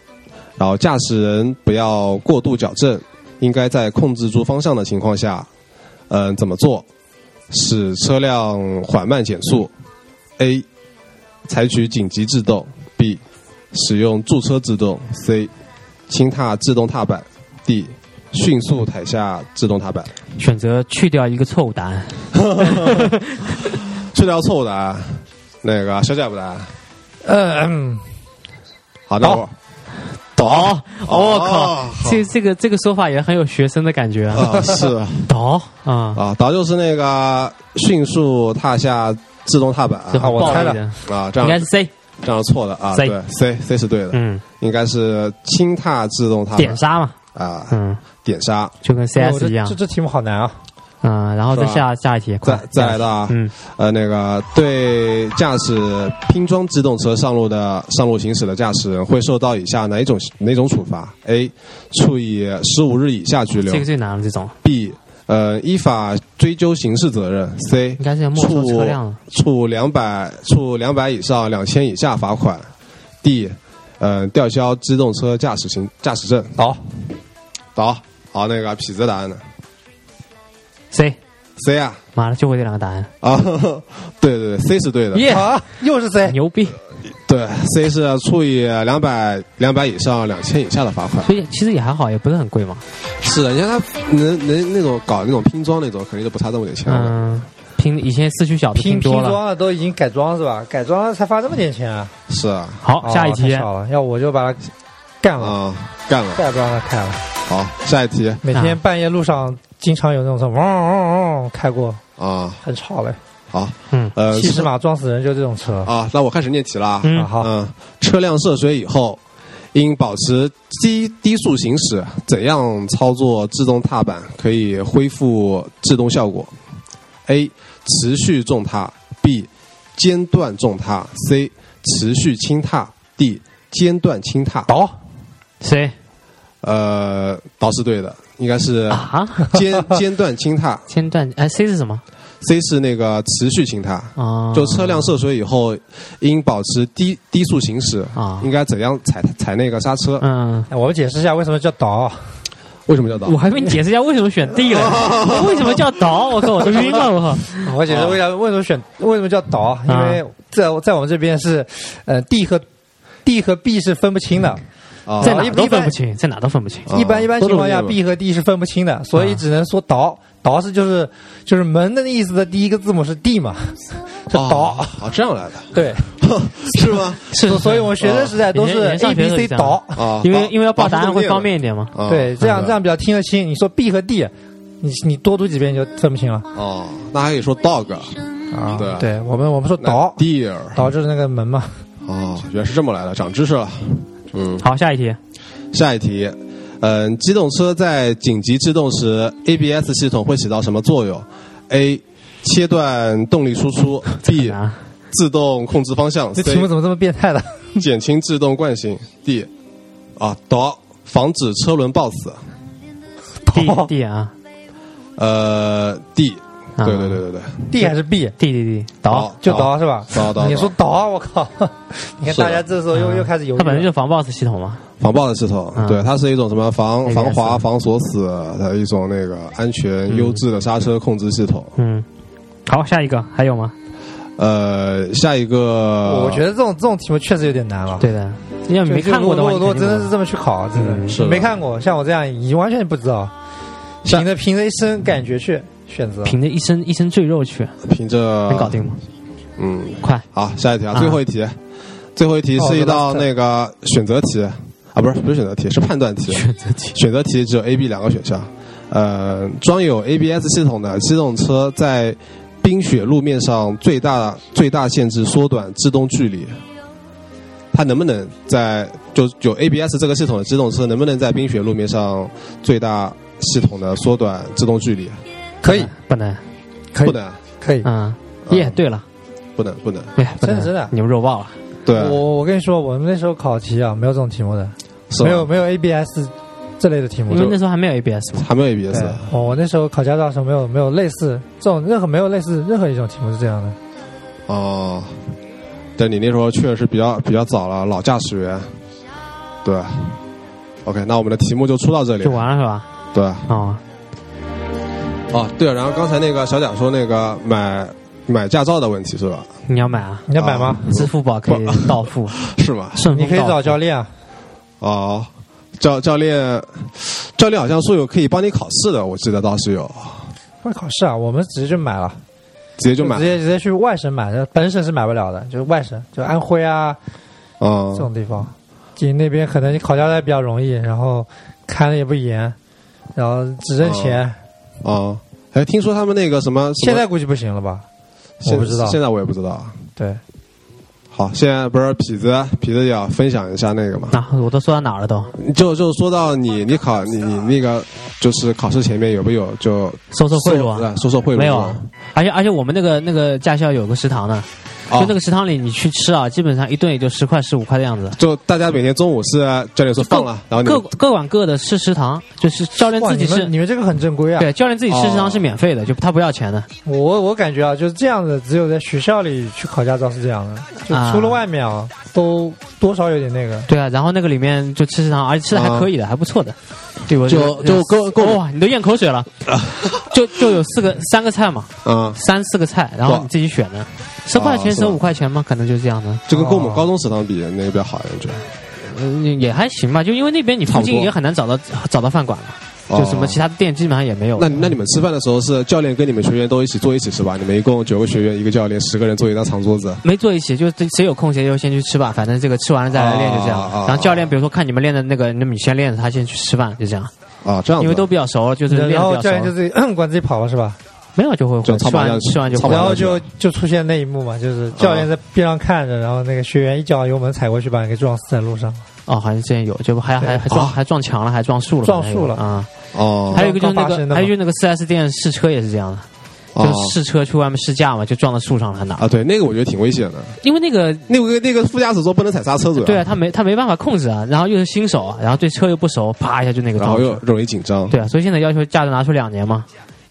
S5: 然后驾驶人不要过度矫正，应该在控制住方向的情况下，嗯、怎么做？使车辆缓慢减速。A，采取紧急制动；B，使用驻车制动；C，轻踏制动踏板；D，迅速踩下制动踏板。
S4: 选择去掉一个错误答案，
S5: 这条错误啊答案，那个小贾不答案。
S6: 嗯嗯，嗯
S5: 好，那我
S4: 懂哦，我
S5: 好
S4: 靠，这这个这个说法也很有学生的感觉啊，
S5: 啊，是啊，
S4: 懂啊，
S5: 啊，导就是那个迅速踏下自动踏板
S4: 就
S5: 啊
S4: 很
S6: 我
S4: 暴
S6: 猜
S4: 力
S6: 了
S4: 的，
S5: 啊，这
S4: 应该
S5: 样
S4: 是 C，
S5: 这样错了啊，
S4: C
S5: 对，C C 是对的，
S4: 嗯，
S5: 应该是轻踏自动踏
S4: 点
S5: 板
S4: 杀嘛，
S5: 啊，
S4: 嗯，
S5: 点刹，
S4: 就跟
S6: 哎我
S4: CS
S6: 这
S4: 一样
S6: 这，这题目好难啊！
S4: 嗯，然后再
S5: 是吧
S4: 下下一题，快
S5: 再再来的啊，
S4: 嗯，
S5: 呃，那个对驾驶拼装机动车上路的上路行驶的驾驶人会受到以下哪一种哪种处罚？A. 处以十五日以下拘留
S4: 这个最难了，这种
S5: ；B. 呃，依法追究刑事责任；C.
S4: 应该是要没收
S5: 处
S4: 车辆了，
S5: 处两百处两百以上两千以下罚款；D. 呃，吊销机动车驾驶行驾驶证。
S6: 倒
S5: 好，好，那个痞子答案呢
S4: C，
S5: ？C 啊
S4: 妈的，就会这两个答案，
S5: 啊， 对对对，C 是对的。
S4: 耶，
S6: 啊，又是 C，
S4: 牛逼！
S5: 对，C 是处以两百两百以上两千以下的罚款。
S4: 所以其实也还好，也不是很贵嘛。
S5: 是的，你看他能能那种搞那种拼装那种，肯定就不差这么点钱了。
S4: 嗯，拼以前市区小的
S6: 拼拼
S4: 多了。
S6: 装了都已经改装是吧？改装了才发这么点钱啊！
S5: 是啊，
S4: 好，下一
S6: 哦
S4: 题
S6: 太，少了，要我就把它干了，
S5: 啊、干了。
S6: 再也不让它开了。
S5: 好，下一题
S6: 每天半夜路上经常有那种车嗡嗡嗡开过，
S5: 啊，
S6: 很吵嘞。
S5: 好，
S4: 嗯
S5: 呃，
S6: 七十码撞死人就这种车
S5: 啊，那我开始念题了啊。
S4: 嗯
S6: 啊！好，
S5: 嗯，车辆涉水以后，应保持低低速行驶，怎样操作制动踏板可以恢复制动效果？A. 持续重踏；B. 间断重踏；C. 持续轻踏；D. 间断轻踏。
S6: 倒
S4: 谁
S5: 呃，导是对的，应该是
S4: 啊？
S5: 间间断轻踏
S4: 间断哎，C 是什么？
S5: ，C 是那个持续轻踏。
S4: 啊，
S5: 就车辆涉水以后，应保持低低速行驶
S4: 啊
S5: 应该怎样踩踩那个刹车？
S4: 嗯，
S6: 哎我们解释一下为什么叫倒。
S5: 为什么叫倒？
S4: 我还没解释一下为什么选 D 了，为什么叫倒？我靠，我 都晕了，我靠！
S6: 我解释为啥为什么选为什么叫倒，因为在在我们这边是，呃，D 和 D 和 B 是分不清的。
S5: 啊
S4: 在哪
S6: 一
S4: 都
S6: 一般
S4: 分不清，在哪都分不清。
S5: 啊
S6: 一般一般情况下
S5: 都是这
S6: ，B 和 D 是分不清的，所以只能说倒。倒是就是就是门的意思的第一个字母是 D 嘛，是
S5: 哦
S6: 倒。
S5: 哦，这样来的，
S6: 对，
S5: 是 吗？
S4: 是
S6: 所所以我们学生时代
S4: 以
S6: 都
S4: 前
S6: 是
S4: 以前
S6: A
S4: 上学
S6: B
S4: 都是
S6: C
S4: 这样
S6: 倒。
S5: 啊，
S4: 因为因为要报
S5: 保
S4: 答案会方便一点嘛。
S5: 啊
S6: 对，这样这
S5: 样
S6: 样比较听得清。你说 B 和 D，你你多读几遍你就分不清了
S5: 哦，那还可以说 dog
S6: 啊
S5: 对
S6: 对我们我们说
S5: 那
S6: 倒
S5: deer
S6: 倒就是那个门嘛，
S5: 哦，原来是这么来的，长知识了。嗯，
S4: 好，下一题，
S5: 下一题，嗯，机动车在紧急制动时，ABS 系统会起到什么作用？A. 切断动力输 出；B.
S4: 啊，
S5: 自动控制方向
S6: 这题目
S5: ；C.
S6: 怎么这么变态的？
S5: 减轻制动惯性；D. 啊，倒防止车轮抱死。
S4: D D 啊
S5: 呃，D。
S4: 啊
S5: 对对对对对，
S6: D 还是 B？
S4: ，D D D，
S5: 倒
S6: 就啊倒是吧？
S5: 倒倒
S6: 你说倒，我靠！ 你看
S5: 是的啊
S6: 大家这时候又又开始犹豫
S4: 它本身就
S6: 了。
S4: 是防 BOSS 系统嘛。
S5: 防爆的系统，
S4: 嗯
S5: 对，它是一种什么防
S4: ABS
S5: 防滑、防锁死的一种那个安全优质的刹车控制系统。
S4: 嗯，好，下一个还有吗？
S5: 呃，下一个，
S6: 我觉得这种这种题目确实有点难了。
S4: 对的，因为
S6: 就，
S4: 没
S6: 就
S4: 看过的
S6: 如
S4: 话，
S6: 果
S4: 你
S6: 如果
S4: 肯定
S6: 真的是
S4: 不
S6: 这么去考，真
S4: 嗯
S6: 的
S5: 是的
S6: 没看过。像我这样，你完全不知道，
S5: 下
S6: 凭着凭着一身感觉去选择
S4: 懂。凭着一身一身赘肉去，
S5: 凭着
S4: 能搞。定吗？
S5: 嗯，
S4: 快，
S5: 好，下一题啊，
S4: 啊
S5: 最后一题，最后一题是一
S6: 哦
S5: 道
S6: ，the last
S5: 那个选择题啊，不是不是选择题，是判断题。
S4: 选择题。
S5: 选择题只有 A、B 两个选项。呃，装有 ABS 系统的机动车在冰雪路面上最大最大限制缩短制动距离。它能不能在就有 ABS 这个系统的机动车能不能在冰雪路面上最大系统的缩短制动距离？
S6: 可以，
S4: 不能，
S6: 可
S5: 不
S6: 以，
S5: 能，
S6: 可以。
S4: 嗯，
S5: 嗯
S4: 耶，对了，
S5: 不能，不能。
S4: 哎，不
S6: 真
S4: 能
S6: 的真的
S4: 牛肉爆了，
S5: 对，啊
S6: 我我跟你说，我们那时候考题啊，没有这种题目的，
S5: 是吧嗯
S6: 没有没有 ABS 这类的题目
S4: 因。为那时候还没有 ABS 嘛。
S5: 还没有 ABS
S6: 对，哦我我那时候考驾照的时候没有没有类似这种任何没有类似任何一种题目是这样的。
S5: 哦。对你那时候去的是比较比较早了，老驾驶员。对，OK，那我们的题目就出到这里
S4: 就。完了是吧？
S5: 对。
S4: 哦，
S5: 哦，对了，然后刚才那个小蒋说那个买买驾照的问题是吧？
S4: 你要买啊？
S6: 你要买吗？
S4: 支付宝可以 到付，
S5: 是吗？
S4: 顺
S6: 你
S4: 丰
S6: 可以
S4: 到
S6: 找
S4: 付
S6: 教练啊。
S5: 哦，教教练，教练好像说有可以帮你考试的，我记得倒是有，
S6: 不是考试啊，我们直接就买了，
S5: 直接就买
S6: 直。接直接去外省买的，本省是买不了的，就是外省，就安徽啊
S5: 嗯
S6: 这，种地方。景那边可能考驾照比较容易，然后看的也不严，然后只挣钱。
S5: 哦，哎，听说他们那个什么，
S6: 现在估计不行了吧？
S5: 什
S6: 我
S5: 么
S6: 不知道
S5: 现现在我也不知道。
S6: 对，
S5: 好，现在不是痞子，痞子也要分享一下那个嘛。
S4: 那、我都说到哪儿了都？
S5: 就就说到你，你考你你那个就是考试前面有没有就
S4: 收受贿赂啊？
S5: 啊，收受贿赂
S4: 没有
S5: 是
S4: 啊
S5: 吧，
S4: 而且而且我们那个那个驾校有个食堂呢，就
S5: 哦
S4: 那个食堂里你去吃啊，基本上一顿也就十块十五块的样子。
S5: 就大家每天中午是教练说放了，哦然后你
S4: 各
S5: 们
S4: 各管各的吃食堂，就是教练
S6: 哇，
S4: 自己
S6: 你
S4: 吃
S6: 们你，们这个很正规啊！
S4: 对，教练自己吃食
S5: 哦
S4: 堂是免费的，就他不要钱的。
S6: 我我感觉啊，就是这样的，只有在学校里去考驾照是这样的，就
S4: 啊
S6: 出了外面啊，都多少有点那个。
S4: 对啊，然后那个里面就吃食堂，而且吃的还可以的，还不错的。对我
S5: 就就够够
S4: 哇，你都咽口水了，就就有四个三个菜嘛，
S5: 啊，
S4: 三四个菜，然后
S5: 哇
S4: 你自己选的，十块
S5: 哦
S4: 钱
S5: 是
S4: 十
S5: 吧
S4: 五块钱嘛，可能就这样的，
S5: 就跟跟我们
S6: 哦
S5: 高中食堂比那个比较好，我觉得。
S4: 嗯，也还行吧，就因为那边你
S5: 差
S4: 附
S5: 不多
S4: 近也很难找到找到饭馆嘛，就什么
S5: 哦
S4: 其他的店基本上也没有。
S5: 那那你们吃饭的时候是教练跟你们学员都一起坐一起吃吧？你们一共九个学员，一个教练，十个人坐一张长桌子。
S4: 没坐一起，就谁谁有空谁就先去吃吧，反正这个吃完了再来练就这样。
S5: 哦哦
S4: 然后教练比如说看你们练的那个，那么你先练，他先去吃饭，就这样，
S5: 啊，这样子。
S4: 因为都比较熟，就是练
S6: 然
S4: 的
S6: 后
S4: 比
S6: 教
S4: 较
S6: 练就
S4: 熟，
S6: 自己管自己跑了是 吧？
S4: 没有就会
S5: 就
S4: 回
S5: 操
S4: 吃
S5: 盘
S4: 完
S5: 要
S4: 吃完就回
S5: 操盘
S6: 然
S5: 要
S4: 来。
S6: 后就就出现那一幕嘛，就是教
S4: 嗯
S6: 练在边上看着，然后那个学员一脚油门踩过去，把人给撞死在路上。
S4: 哦，好像之前有，就还还还撞
S5: 啊
S4: 还撞墙了，还撞树了，
S6: 撞树了
S4: 啊！
S5: 哦
S4: 还有一个就是那
S6: 刚发生
S4: 个，
S6: 的嘛
S4: 还有就是那个四 S 店试车也是这样的。就
S5: 哦
S4: 试车去外面试驾嘛，就撞到树上了，还哪儿？
S5: 啊，对，那个我觉得挺危险的。
S4: 因为那个
S5: 那个那个副驾驶座不能踩刹车，主要
S4: 对啊，他没他没办法控制啊，然后又是新手啊，然后对车又不熟，啪一下就那个
S5: 然
S4: 撞
S5: 后
S4: 上
S5: 又
S4: 去。
S5: 容易紧张。
S4: 对啊，所以现在要求驾照拿出两年嘛，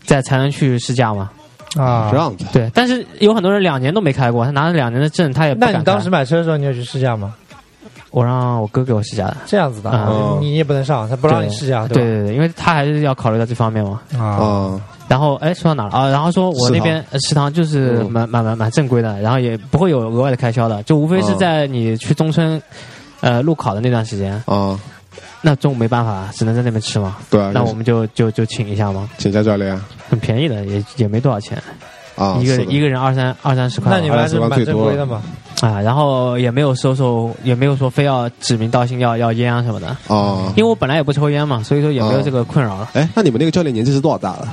S4: 再才能去试驾嘛。
S6: 啊
S4: 嗯
S5: 这，样子。
S4: 对，但是有很多人两年都没开过，他拿了两年的证，他也不
S6: 那
S4: 敢开。
S6: 你当时买车的时候，你有去试驾吗？
S4: 我让我哥给我试驾的，
S6: 这样子的，
S4: 啊
S6: 你你也不能上，他不
S4: 不
S6: 让你试
S4: 对哦
S6: 驾，吧？
S4: 对对，因为他还是要考虑到这方面嘛。
S6: 啊，
S5: 啊，
S4: 然后哎，说到哪了啊？然后说我那边呃食堂就是
S5: 嗯
S4: 蛮蛮蛮蛮正规的，然后也不会有额外的开销的，就无非是
S5: 嗯
S4: 在你去中村，呃路考的那段时间，
S5: 啊，
S4: 那中午没办法，只能在那边吃嘛。
S5: 对啊，
S4: 那我们就就就请一下嘛，
S5: 请教教练
S4: 很便宜的，也也没多少钱，
S5: 啊，
S4: 一个
S5: 是的
S4: 人一个人二三二三十块吧。
S6: 那你们还是蛮正规的嗯嘛。
S4: 啊，然后也没有收受，也没有说非要指名道姓要要烟啊什么的，
S5: 啊。
S4: 因为我本来也不抽烟嘛，所以说也没有这个困扰了。
S5: 哎，那你们那个教练年纪是多少大了？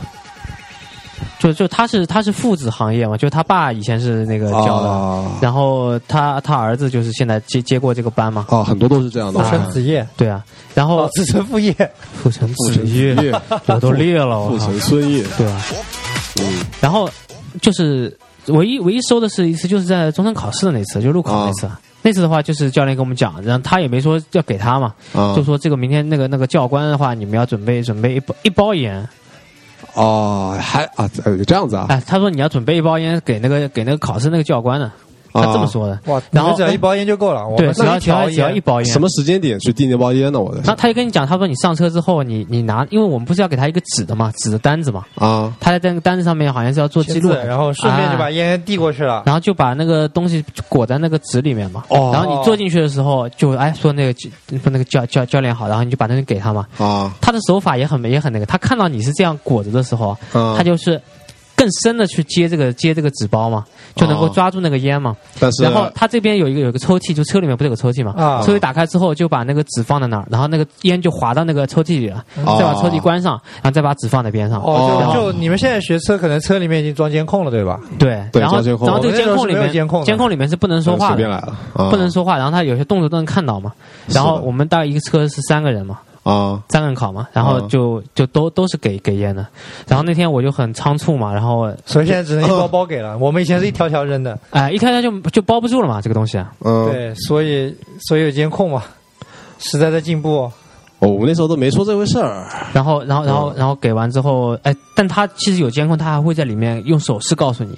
S4: 就就他是他是父子行业嘛，就他爸以前是那个教的，
S5: 啊
S4: 然后他他儿子就是现在接接过这个班嘛。
S5: 啊，很多都是这样的
S6: 父。承子业，
S4: 对啊，然后
S6: 哦，子承父业，
S4: 父承
S5: 父承
S4: 子业
S5: 子业，
S4: 我都裂了，
S5: 父
S4: 我靠，
S5: 承孙业，
S4: 对吧？
S5: 嗯，
S4: 然后就是唯一唯一收的是一次，就是在中山考试的那次，就路考那次。啊那次的话，就是教练跟我们讲，然后他也没说要给他嘛，
S5: 啊
S4: 就说这个明天那个那个教官的话，你们要准备准备一包一包烟。
S5: 哦，还啊，呃这样子啊，
S4: 哎，他说你要准备一包烟给那个给那个考试那个教官呢，他
S5: 啊
S4: 这么说的。
S6: 哇，
S4: 然后
S6: 你们只要一包烟就够了，我
S4: 对，
S6: 们
S4: 只要
S6: 是
S4: 只要
S6: 条
S4: 只要一
S6: 烟，
S4: 包烟。
S5: 什么？时间点去订那包烟呢？我的
S4: 然后他就跟你讲，他说你上车之后，你你拿，因为我们不是要给他一个纸的嘛，纸的单子嘛，
S5: 啊，
S4: 他在那个单子上面好像是要做记录的，
S6: 然后顺便就
S4: 哎
S6: 把烟递过去了。
S4: 然后就把那个东西裹在那个纸里面嘛。
S5: 哦
S4: 然后你坐进去的时候就，哎说那个说那个教教教练好，然后你就把那个给他嘛。
S5: 啊，
S4: 他的手法也很也很那个，他看到你是这样裹着的时候，
S5: 嗯
S4: 他就是更深的去接这个接这个纸包嘛，就能够
S5: 哦
S4: 抓住那个烟嘛。
S5: 但是
S4: 然后他这边有一个有一个抽屉，就车里面不是有个抽屉嘛？
S6: 啊
S4: 抽屉打开之后就把那个纸放在那儿，然后那个烟就滑到那个抽屉里了，
S5: 哦
S4: 再把抽屉关上，然后再把纸放在边上。
S6: 哦
S5: 哦，
S6: 就就你们现在学车，可能车里面已经装监控了，对吧？
S4: 对，
S5: 对
S4: 然后
S5: 装监控
S4: 然后这个
S6: 我那时
S4: 监
S6: 候
S4: 控
S6: 是
S4: 里
S6: 没有
S4: 面
S6: 监控的
S4: 监控里面是不能说话
S5: 随
S4: 的
S5: 便。来了，啊
S4: 不能说话，然后他有些动作都能看到嘛。然后
S5: 是的
S4: 我们大概一个车是三个人嘛，
S5: 啊
S4: 三个人考嘛，然后
S5: 嗯
S4: 就就都都是给给烟的。然后那天我就很仓促嘛，然后
S6: 所以现在只能一
S4: 哦
S6: 包包给了。我们以前是一条条扔的，
S4: 哎一开始就就包不住了嘛，这个东西。啊
S5: 嗯，
S6: 对，所以所以有监控嘛，时代在进步哦。
S5: 哦我们那时候都没说这回事儿
S4: 然后然后然
S5: 嗯
S4: 后然后给完之后，哎，但他其实有监控，他还会在里面用手势告诉你，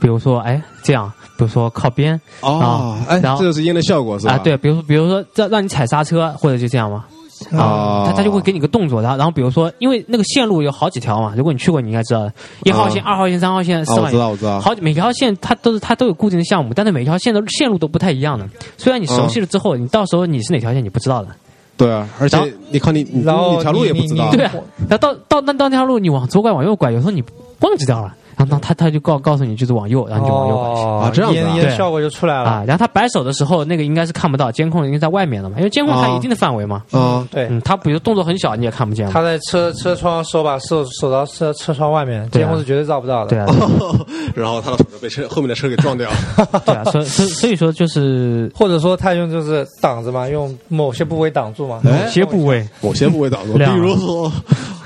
S4: 比如说哎这样，比如说靠边
S5: 哦
S4: 啊，
S5: 哎，
S4: 然后
S5: 这就是烟的效果是吧？
S4: 啊，对，比如说比如说让让你踩刹车或者就这样嘛。
S5: 啊，
S4: 他他就会给你个动作，然后然后比如说，因为那个线路有好几条嘛，如果你去过，你应该知道的，一号线、
S5: 啊
S4: 二号线、三号线、四
S5: 啊，
S4: 号
S5: 我知
S4: 线，
S5: 道我知道，
S4: 好每条线它都是它都有固定的项目，但是每条线的线路都不太一样的。虽然你熟悉了之后，你到时候你是哪条线你不知道的，
S5: 对啊，而且
S4: 然后
S5: 你看你你
S6: 然后
S4: 啊
S5: 你条路也不知道，
S6: 你
S4: 对啊。然后到到那到那条路你往左拐往右拐，有时候你忘记掉了，然后他他就告告诉你就是往右，然后你就往右拐去。
S5: 啊这样子啊
S6: 哦烟
S4: 对
S6: 烟效果就出来了。
S4: 啊，然后他摆手的时候，那个应该是看不到，监控应该在外面了嘛，因为监控它有
S5: 哦
S4: 一定的范围嘛。
S5: 啊，
S6: 对，
S4: 嗯，他比如动作很小，你也看不见嘛。
S6: 他在车车窗手把手手到车车窗外面，
S4: 对啊
S6: 监控是绝对照不到的。
S4: 对啊，
S5: 然后他的腿就被车后面的车给撞掉了。
S4: 对啊，所以所以所以说就是
S6: 或者说他用就是挡着嘛，用某些部位挡住嘛。
S5: 哎
S4: 斜部位，
S5: 某些部位挡住，比
S4: 亮了
S5: 如说，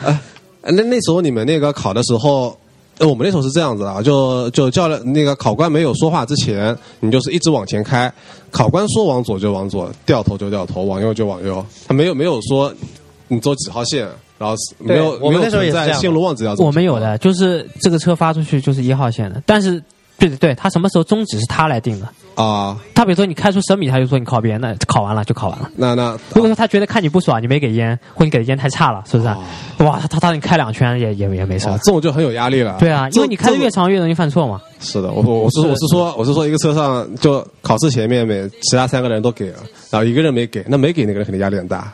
S5: 哎，那那时候你们那个考的时候。呃我们那时候是这样子的啊，就就教练那个考官没有说话之前，你就是一直往前开，考官说往左就往左，掉头就掉头，往右就往右，他没有没有说你走几号线，然后是没
S6: 对
S5: 有
S6: 我
S5: 没
S6: 们
S5: 有
S6: 那时候也
S5: 存
S6: 是这样
S5: 在
S6: 的
S5: 线路忘记要走。
S4: 我们有的就是这个车发出去就是一号线的，但是对对对，他什么时候终止是他来定的。
S5: 啊，
S4: 他比如说你开出十米，他就说你靠边，那考完了就考完了。
S5: 那那
S4: 如果说他觉得看你不爽，你没给烟，或你给的烟太差了，是不是？哇，他他他你开两圈也也也没事
S5: 哦。这种就很有压力了。
S4: 对啊，
S5: 这
S4: 因为你开的越长越容易犯错嘛。
S5: 是的，我我我是我是说我是说一个车上就考试前面每其他三个人都给了，然后一个人没给，那没给那个人肯定压力很大。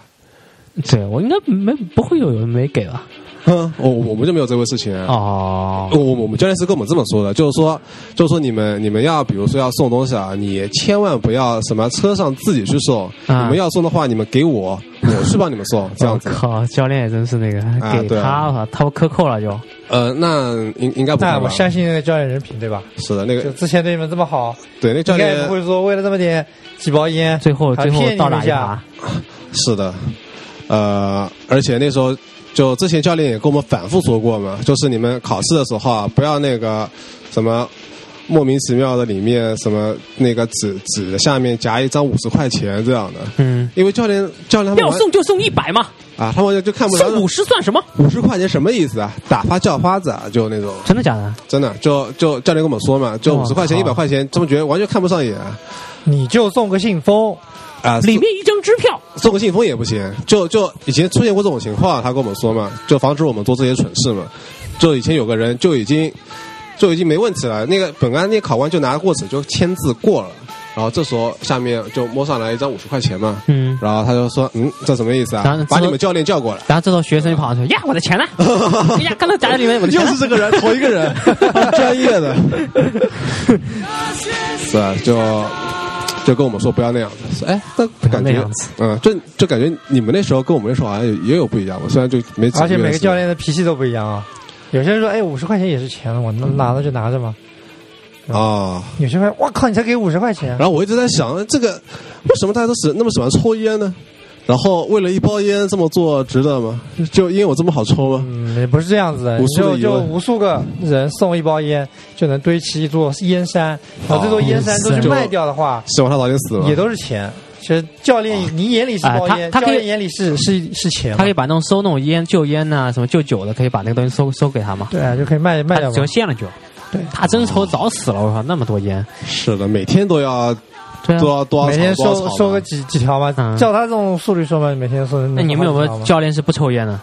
S4: 对我应该没不会有人没给吧？
S5: 哼，我我们就没有这回事情啊。
S4: 哦
S5: 我，我我们教练是跟我们这么说的，就是说，就是说你们你们要比如说要送东西啊，你千万不要什么车上自己去送，
S4: 啊
S5: 你们要送的话，你们给我，我去帮你们送，这样子
S6: 哦
S4: 我。靠，教练也真是那个，
S5: 啊
S4: 给
S5: 对
S4: 他、
S5: 啊
S4: 他不克扣了就。
S5: 呃，那应应该不
S6: 那
S5: 会
S4: 啊
S5: 吧？
S6: 我相信那个教练人品，对吧？
S5: 是的，那
S6: 就
S5: 个
S6: 之前对你们这么好，
S5: 对那个教
S6: 应该
S5: 练
S6: 也不会说为了这么点几包烟，
S4: 最后
S6: 还
S4: 最后
S6: 骗你
S4: 倒
S6: 们
S4: 打
S6: 一
S4: 一耙
S6: 下。，
S5: 是的，呃，而且那时候就之前教练也跟我们反复说过嘛，就是你们考试的时候啊，不要那个什么莫名其妙的里面什么那个纸纸下面夹一张五十块钱这样的，
S4: 嗯，
S5: 因为教练教练他们
S4: 要
S5: 完
S4: 送就送一百嘛，
S5: 啊，他们就就看不了
S4: 送五十算什么？
S5: 五十块钱什么意思啊？打发叫花子啊，就那种
S4: 真的假的？
S5: 真的就就教练跟我们说嘛，就
S4: 哇
S5: 五十块钱一百
S4: 靠
S5: 块钱，他们觉得完全看不上眼啊，
S6: 你就送个信封，
S5: 啊
S4: 里面一张支票，
S5: 送个信封也不行，就就以前出现过这种情况，他跟我们说嘛，就防止我们做这些蠢事嘛。就以前有个人就已经就已经没问题了，那个本来那个考官就拿过纸就签字过了，然后这时候下面就摸上来一张五十块钱嘛，
S4: 嗯，
S5: 然后他就说，嗯，这什么意思
S4: 然后
S5: 啊
S4: 之后？
S5: 把你们教练叫过来。
S4: 然后这时候学生就跑上去，呀，我的钱呢？哎 呀，刚才夹在里面，我 的钱
S5: 又
S4: 呢
S5: 是这个人，同一个人， 专业的，是吧？就就跟我们说不要那样子，哎，但感
S4: 那
S5: 觉
S4: 样子，
S5: 嗯，就就感觉你们那时候跟我们那时候好像也也有不一样吧，虽然就没几
S6: 而且
S5: 月
S6: 每个
S5: 是
S6: 教练的脾气都不一样啊。有些人说，哎，五十块钱也是钱，我拿着就拿着嘛。
S5: 啊，
S4: 嗯
S6: 有些人，我靠，你才给五十块钱
S5: 然，后我一直在想，这个为什么大家都喜那么喜欢抽烟呢？然后为了一包烟这么做值得吗？就因为我这么好抽吗？
S6: 嗯，也不是这样子的，
S5: 无
S6: 你
S5: 数的
S6: 就
S5: 疑
S6: 就
S5: 问
S6: 无数个人送一包烟，就能堆砌一座烟山，然后这
S4: 哦
S6: 座烟山都
S4: 烟
S6: 去
S5: 山
S6: 卖掉的话，
S5: 希望他早点死了
S6: 也。都是钱。其实教练，你眼里是包
S4: 嗯啊
S6: 烟，
S4: 他
S6: 教
S4: 他可以
S6: 练眼里是是是钱
S4: 他
S6: 嘛
S4: 可以，把那种收那种烟、旧烟呐、什么旧酒的，可以把那个东西收收给他嘛，
S6: 对啊，就可以卖卖
S4: 他
S6: 掉
S4: 折
S6: 嘛。
S4: 现了就。
S6: 对
S4: 他真愁早死了，我靠，那么多烟，
S5: 是的，每天都要
S4: 对啊
S5: 都。要多要
S6: 每天
S5: 炒多要
S6: 收
S5: 炒
S6: 收个
S5: 嘛
S6: 几几条嘛
S4: 嗯，哎
S6: 照他这种速率收嘛，每天收。
S4: 那你们有没有教练是不抽烟的？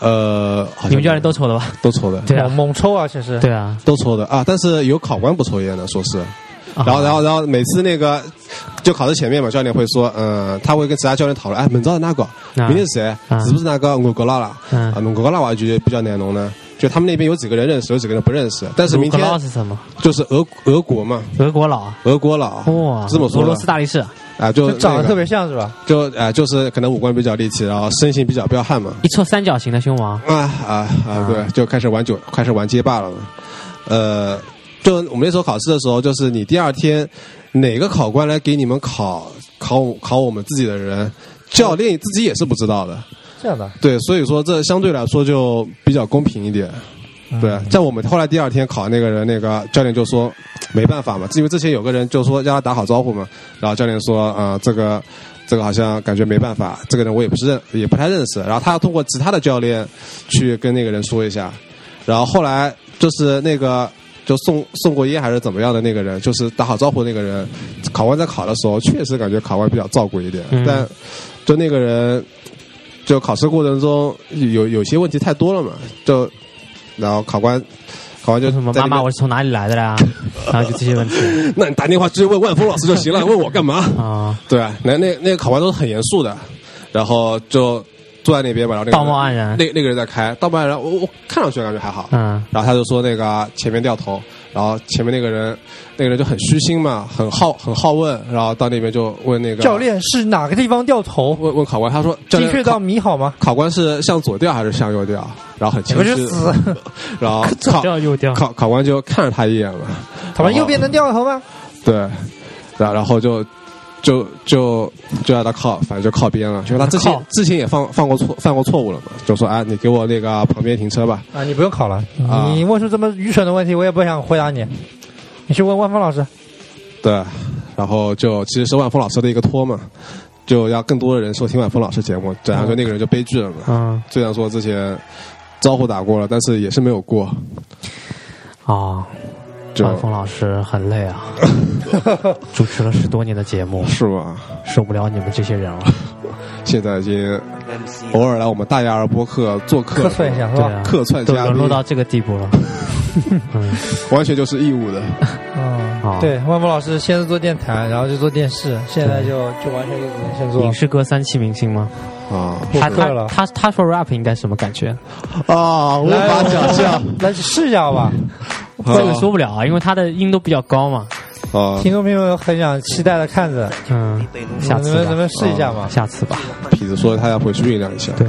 S5: 呃，好像
S4: 你们教练都抽的吧？
S5: 都抽的，
S4: 对啊
S6: 猛猛抽啊？其实
S4: 对啊，
S5: 都抽的啊，但是有考官不抽烟的，说是。
S4: 啊
S5: 然后，然后，然后每次那个就考试前面嘛，教练会说，嗯，他会跟其他教练讨论，哎，本招是哪个？
S4: 啊
S5: 明天是谁？
S4: 啊
S5: 是不是那个我国拉了？
S4: 嗯
S5: 啊，我国拉我觉得比较难弄呢。就他们那边有几个人认识，有几个人不认识。但是明
S4: 俄国佬
S5: 天
S4: 是什么？
S5: 就是俄俄国嘛，
S4: 俄国佬啊，
S5: 俄国佬，
S4: 哇，
S5: 是这么说
S4: 俄
S5: 的
S4: 罗斯大力士，
S5: 啊，就
S6: 就长
S5: 那
S6: 得
S5: 个
S6: 特别像是吧？
S5: 就啊，就是可能五官比较立体，然后身形比较彪悍嘛。
S4: 一侧三角形的胸毛，
S5: 啊啊啊！对
S4: 啊，
S5: 就开始玩酒，开始玩街霸了嘛。呃，就我们那时候考试的时候，就是你第二天哪个考官来给你们考考考我们自己的人，教练自己也是不知道的。
S6: 这样的，
S5: 对，所以说这相对来说就比较公平一点。
S6: 嗯
S4: 啊
S5: 对，在我们后来第二天考那个人，那个教练就说没办法嘛，因为之前有个人就说让他打好招呼嘛，然后教练说啊、呃这个这个好像感觉没办法，这个人我也不是认也不太认识，然后他要通过其他的教练去跟那个人说一下，然后后来就是那个就送送过烟还是怎么样的那个人，就是打好招呼那个人，考官在考的时候确实感觉考官比较照顾一点，
S4: 嗯
S5: 但就那个人就考试过程中有有些问题太多了嘛，就然后考官考官就
S4: 说什么
S5: 在那
S4: 妈
S5: 边
S4: 妈，我是从哪里来的 啦？然后就这些问题
S5: 那你打电话直接 问万峰老师就行了，问我干嘛？
S4: 啊，
S5: 对啊，那那那个考官都是很严肃的，然后就坐在那边嘛，然后那个人
S4: 道貌岸然
S5: 那那个人在开，道貌岸然，我我看上去感觉还好，
S4: 嗯
S5: 然后他就说那个前面掉头，然后前面那个人那个人就很虚心嘛，很好很好问，然后到那边就问那个
S6: 嗯教练是哪个地方掉头？
S5: 问问考官，他说教
S6: 精
S5: 练
S6: 确
S5: 考
S6: 到米好吗？
S5: 考官是向左调还是向右调？然后很
S6: 你
S5: 谦
S6: 们去
S5: 虚，
S6: 死！
S5: 然后
S4: 左
S5: 考
S4: 调右调
S5: 考考官就看了他一眼嘛，
S6: 他们右边能掉头吗？
S5: 对，然然后就就就就让他靠，反正就靠边了，因为他之
S4: 靠
S5: 前之前也犯犯过错犯过错误了嘛，就说啊，你给我那个旁边停车吧，
S6: 啊，你不用考了，
S5: 啊
S6: 你问出这么愚蠢的问题，我也不想回答你。你去问万峰老师，
S5: 对，然后就其实是万峰老师的一个托嘛，就要更多的人收听万峰老师节目，这样就那个人就悲剧了嘛。
S4: 嗯
S5: 虽然说之前招呼打过了，但是也是没有过，
S4: 啊，
S5: 就
S4: 万峰老师很累 啊，主持了十多年的节目，
S5: 是吧？
S4: 受不了你们这些人了。
S5: 现在已经偶尔来我们大亚尔播客做客
S6: 客，串一下是
S4: 对
S6: 吧？
S4: 啊，
S5: 客串
S4: 都
S5: 嘉宾
S4: 沦落到这个地 步了。嗯
S5: 完全就是义务的。
S4: 啊
S6: 嗯，对，万峰老师先是做电台，然后就做电视，现在就就完全就只能先做
S4: 影视歌三期明星吗？
S5: 啊
S4: 他
S6: 播客
S4: 他
S6: 了
S4: 他他说 rap 应该什么感觉？
S5: 啊！无
S6: 来
S5: 法想象，
S6: 来试一下好吧？
S5: 啊
S4: 这个说不了啊，因为他的音都比较高嘛。
S5: 啊，
S6: 听众朋友们很想期待的看着，
S4: 嗯，下
S6: 你
S4: 次
S6: 们能
S4: 吧
S6: 不能试一下嘛？
S4: 下次吧。
S5: 痞子说他要回去酝酿一下，
S4: 对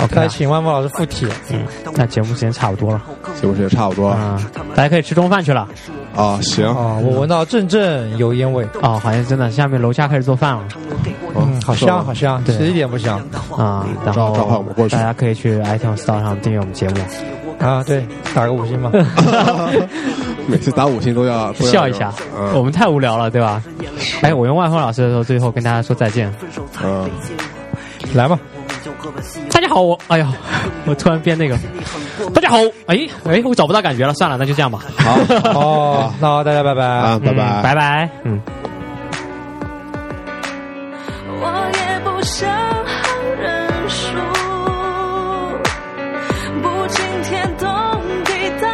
S4: ，OK
S6: 来
S4: 啊。
S6: 请万峰老师附体，
S4: 嗯，那节目时间差不多了
S5: 节目时间差不多了
S4: 啊、大家可以吃中饭去了
S5: 啊。行，
S6: 啊，我闻到阵阵油烟味，
S4: 啊、好像真的，下面楼下开始做饭了
S5: 哦
S6: 嗯，好香好香，
S4: 对
S6: 其实一点不香
S5: 嗯
S4: 啊、然
S5: 召召唤我
S4: 后
S5: 们过去
S4: 大家可以去 iTunes Store 上订阅我们节目，
S6: 啊！对，打个五星 嘛，
S5: 每次打五星都要都要
S4: 笑一
S5: 有
S4: 下，我
S5: 嗯
S4: 们太无聊了，对吧？哎，我用万峰老师的时候，最后跟大家说再见。
S5: 嗯，
S6: 来吧，
S4: 大家好，我哎呀， 我突然变那个，大家好，哎哎，我找不到感觉了，算了，那就这样吧，
S5: 好
S6: 哦，那大家拜拜。
S5: 啊，拜
S4: 嗯拜拜，嗯。
S7: 我也不想认输，不惊天动地，但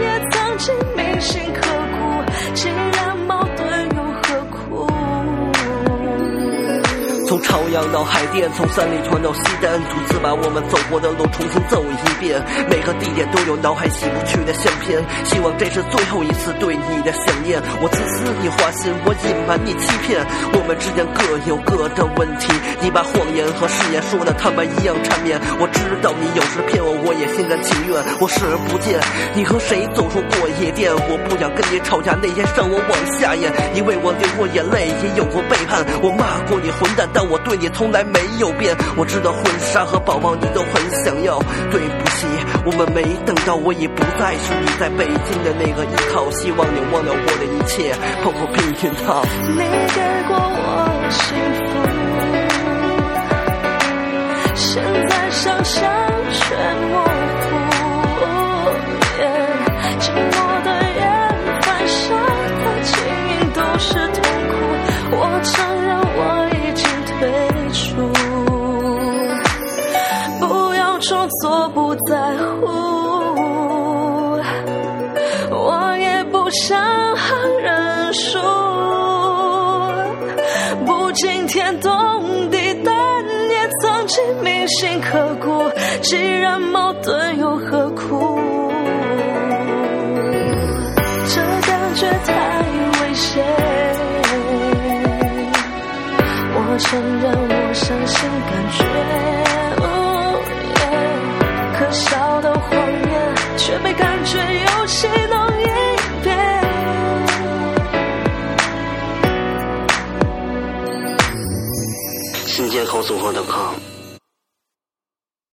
S7: 也曾经铭心刻骨。既然矛盾，又何苦？
S8: 从朝阳到海淀，从三里屯到西单，逐次把我们走过的路重新走一遍。每个地点都有脑海洗不去的相片，希望这是最后一次对你的想念。我自私，你花心，我隐瞒，你欺骗。我们之间各有各的问题，你把谎言和誓言说的他们一样缠绵。我知道你有时骗我，我也心甘情愿。我视而不见，你和谁走出过夜店？我不想跟你吵架，那些让我往下咽。你为我流过眼泪，也有过背叛。我骂过你混蛋，但我对你从来没有变。我知道婚纱和宝宝你都很想要，对不起，我们没等到。我已不再是你在北京的那个依靠。希望你忘掉我的一切，碰碰避孕套。
S7: 你给过我幸福，现在想想却模糊。寂寞的人犯傻的情影都是痛苦，我承认我已经退出，不要装作不在乎。我也不想认输，不惊天动地，但也曾经铭心刻骨。既然矛盾，又何苦？这感觉太危险。我承认，我相信感觉。哦耶可笑的谎言，却被感觉有谁能应变？
S8: 新街口组合的 com。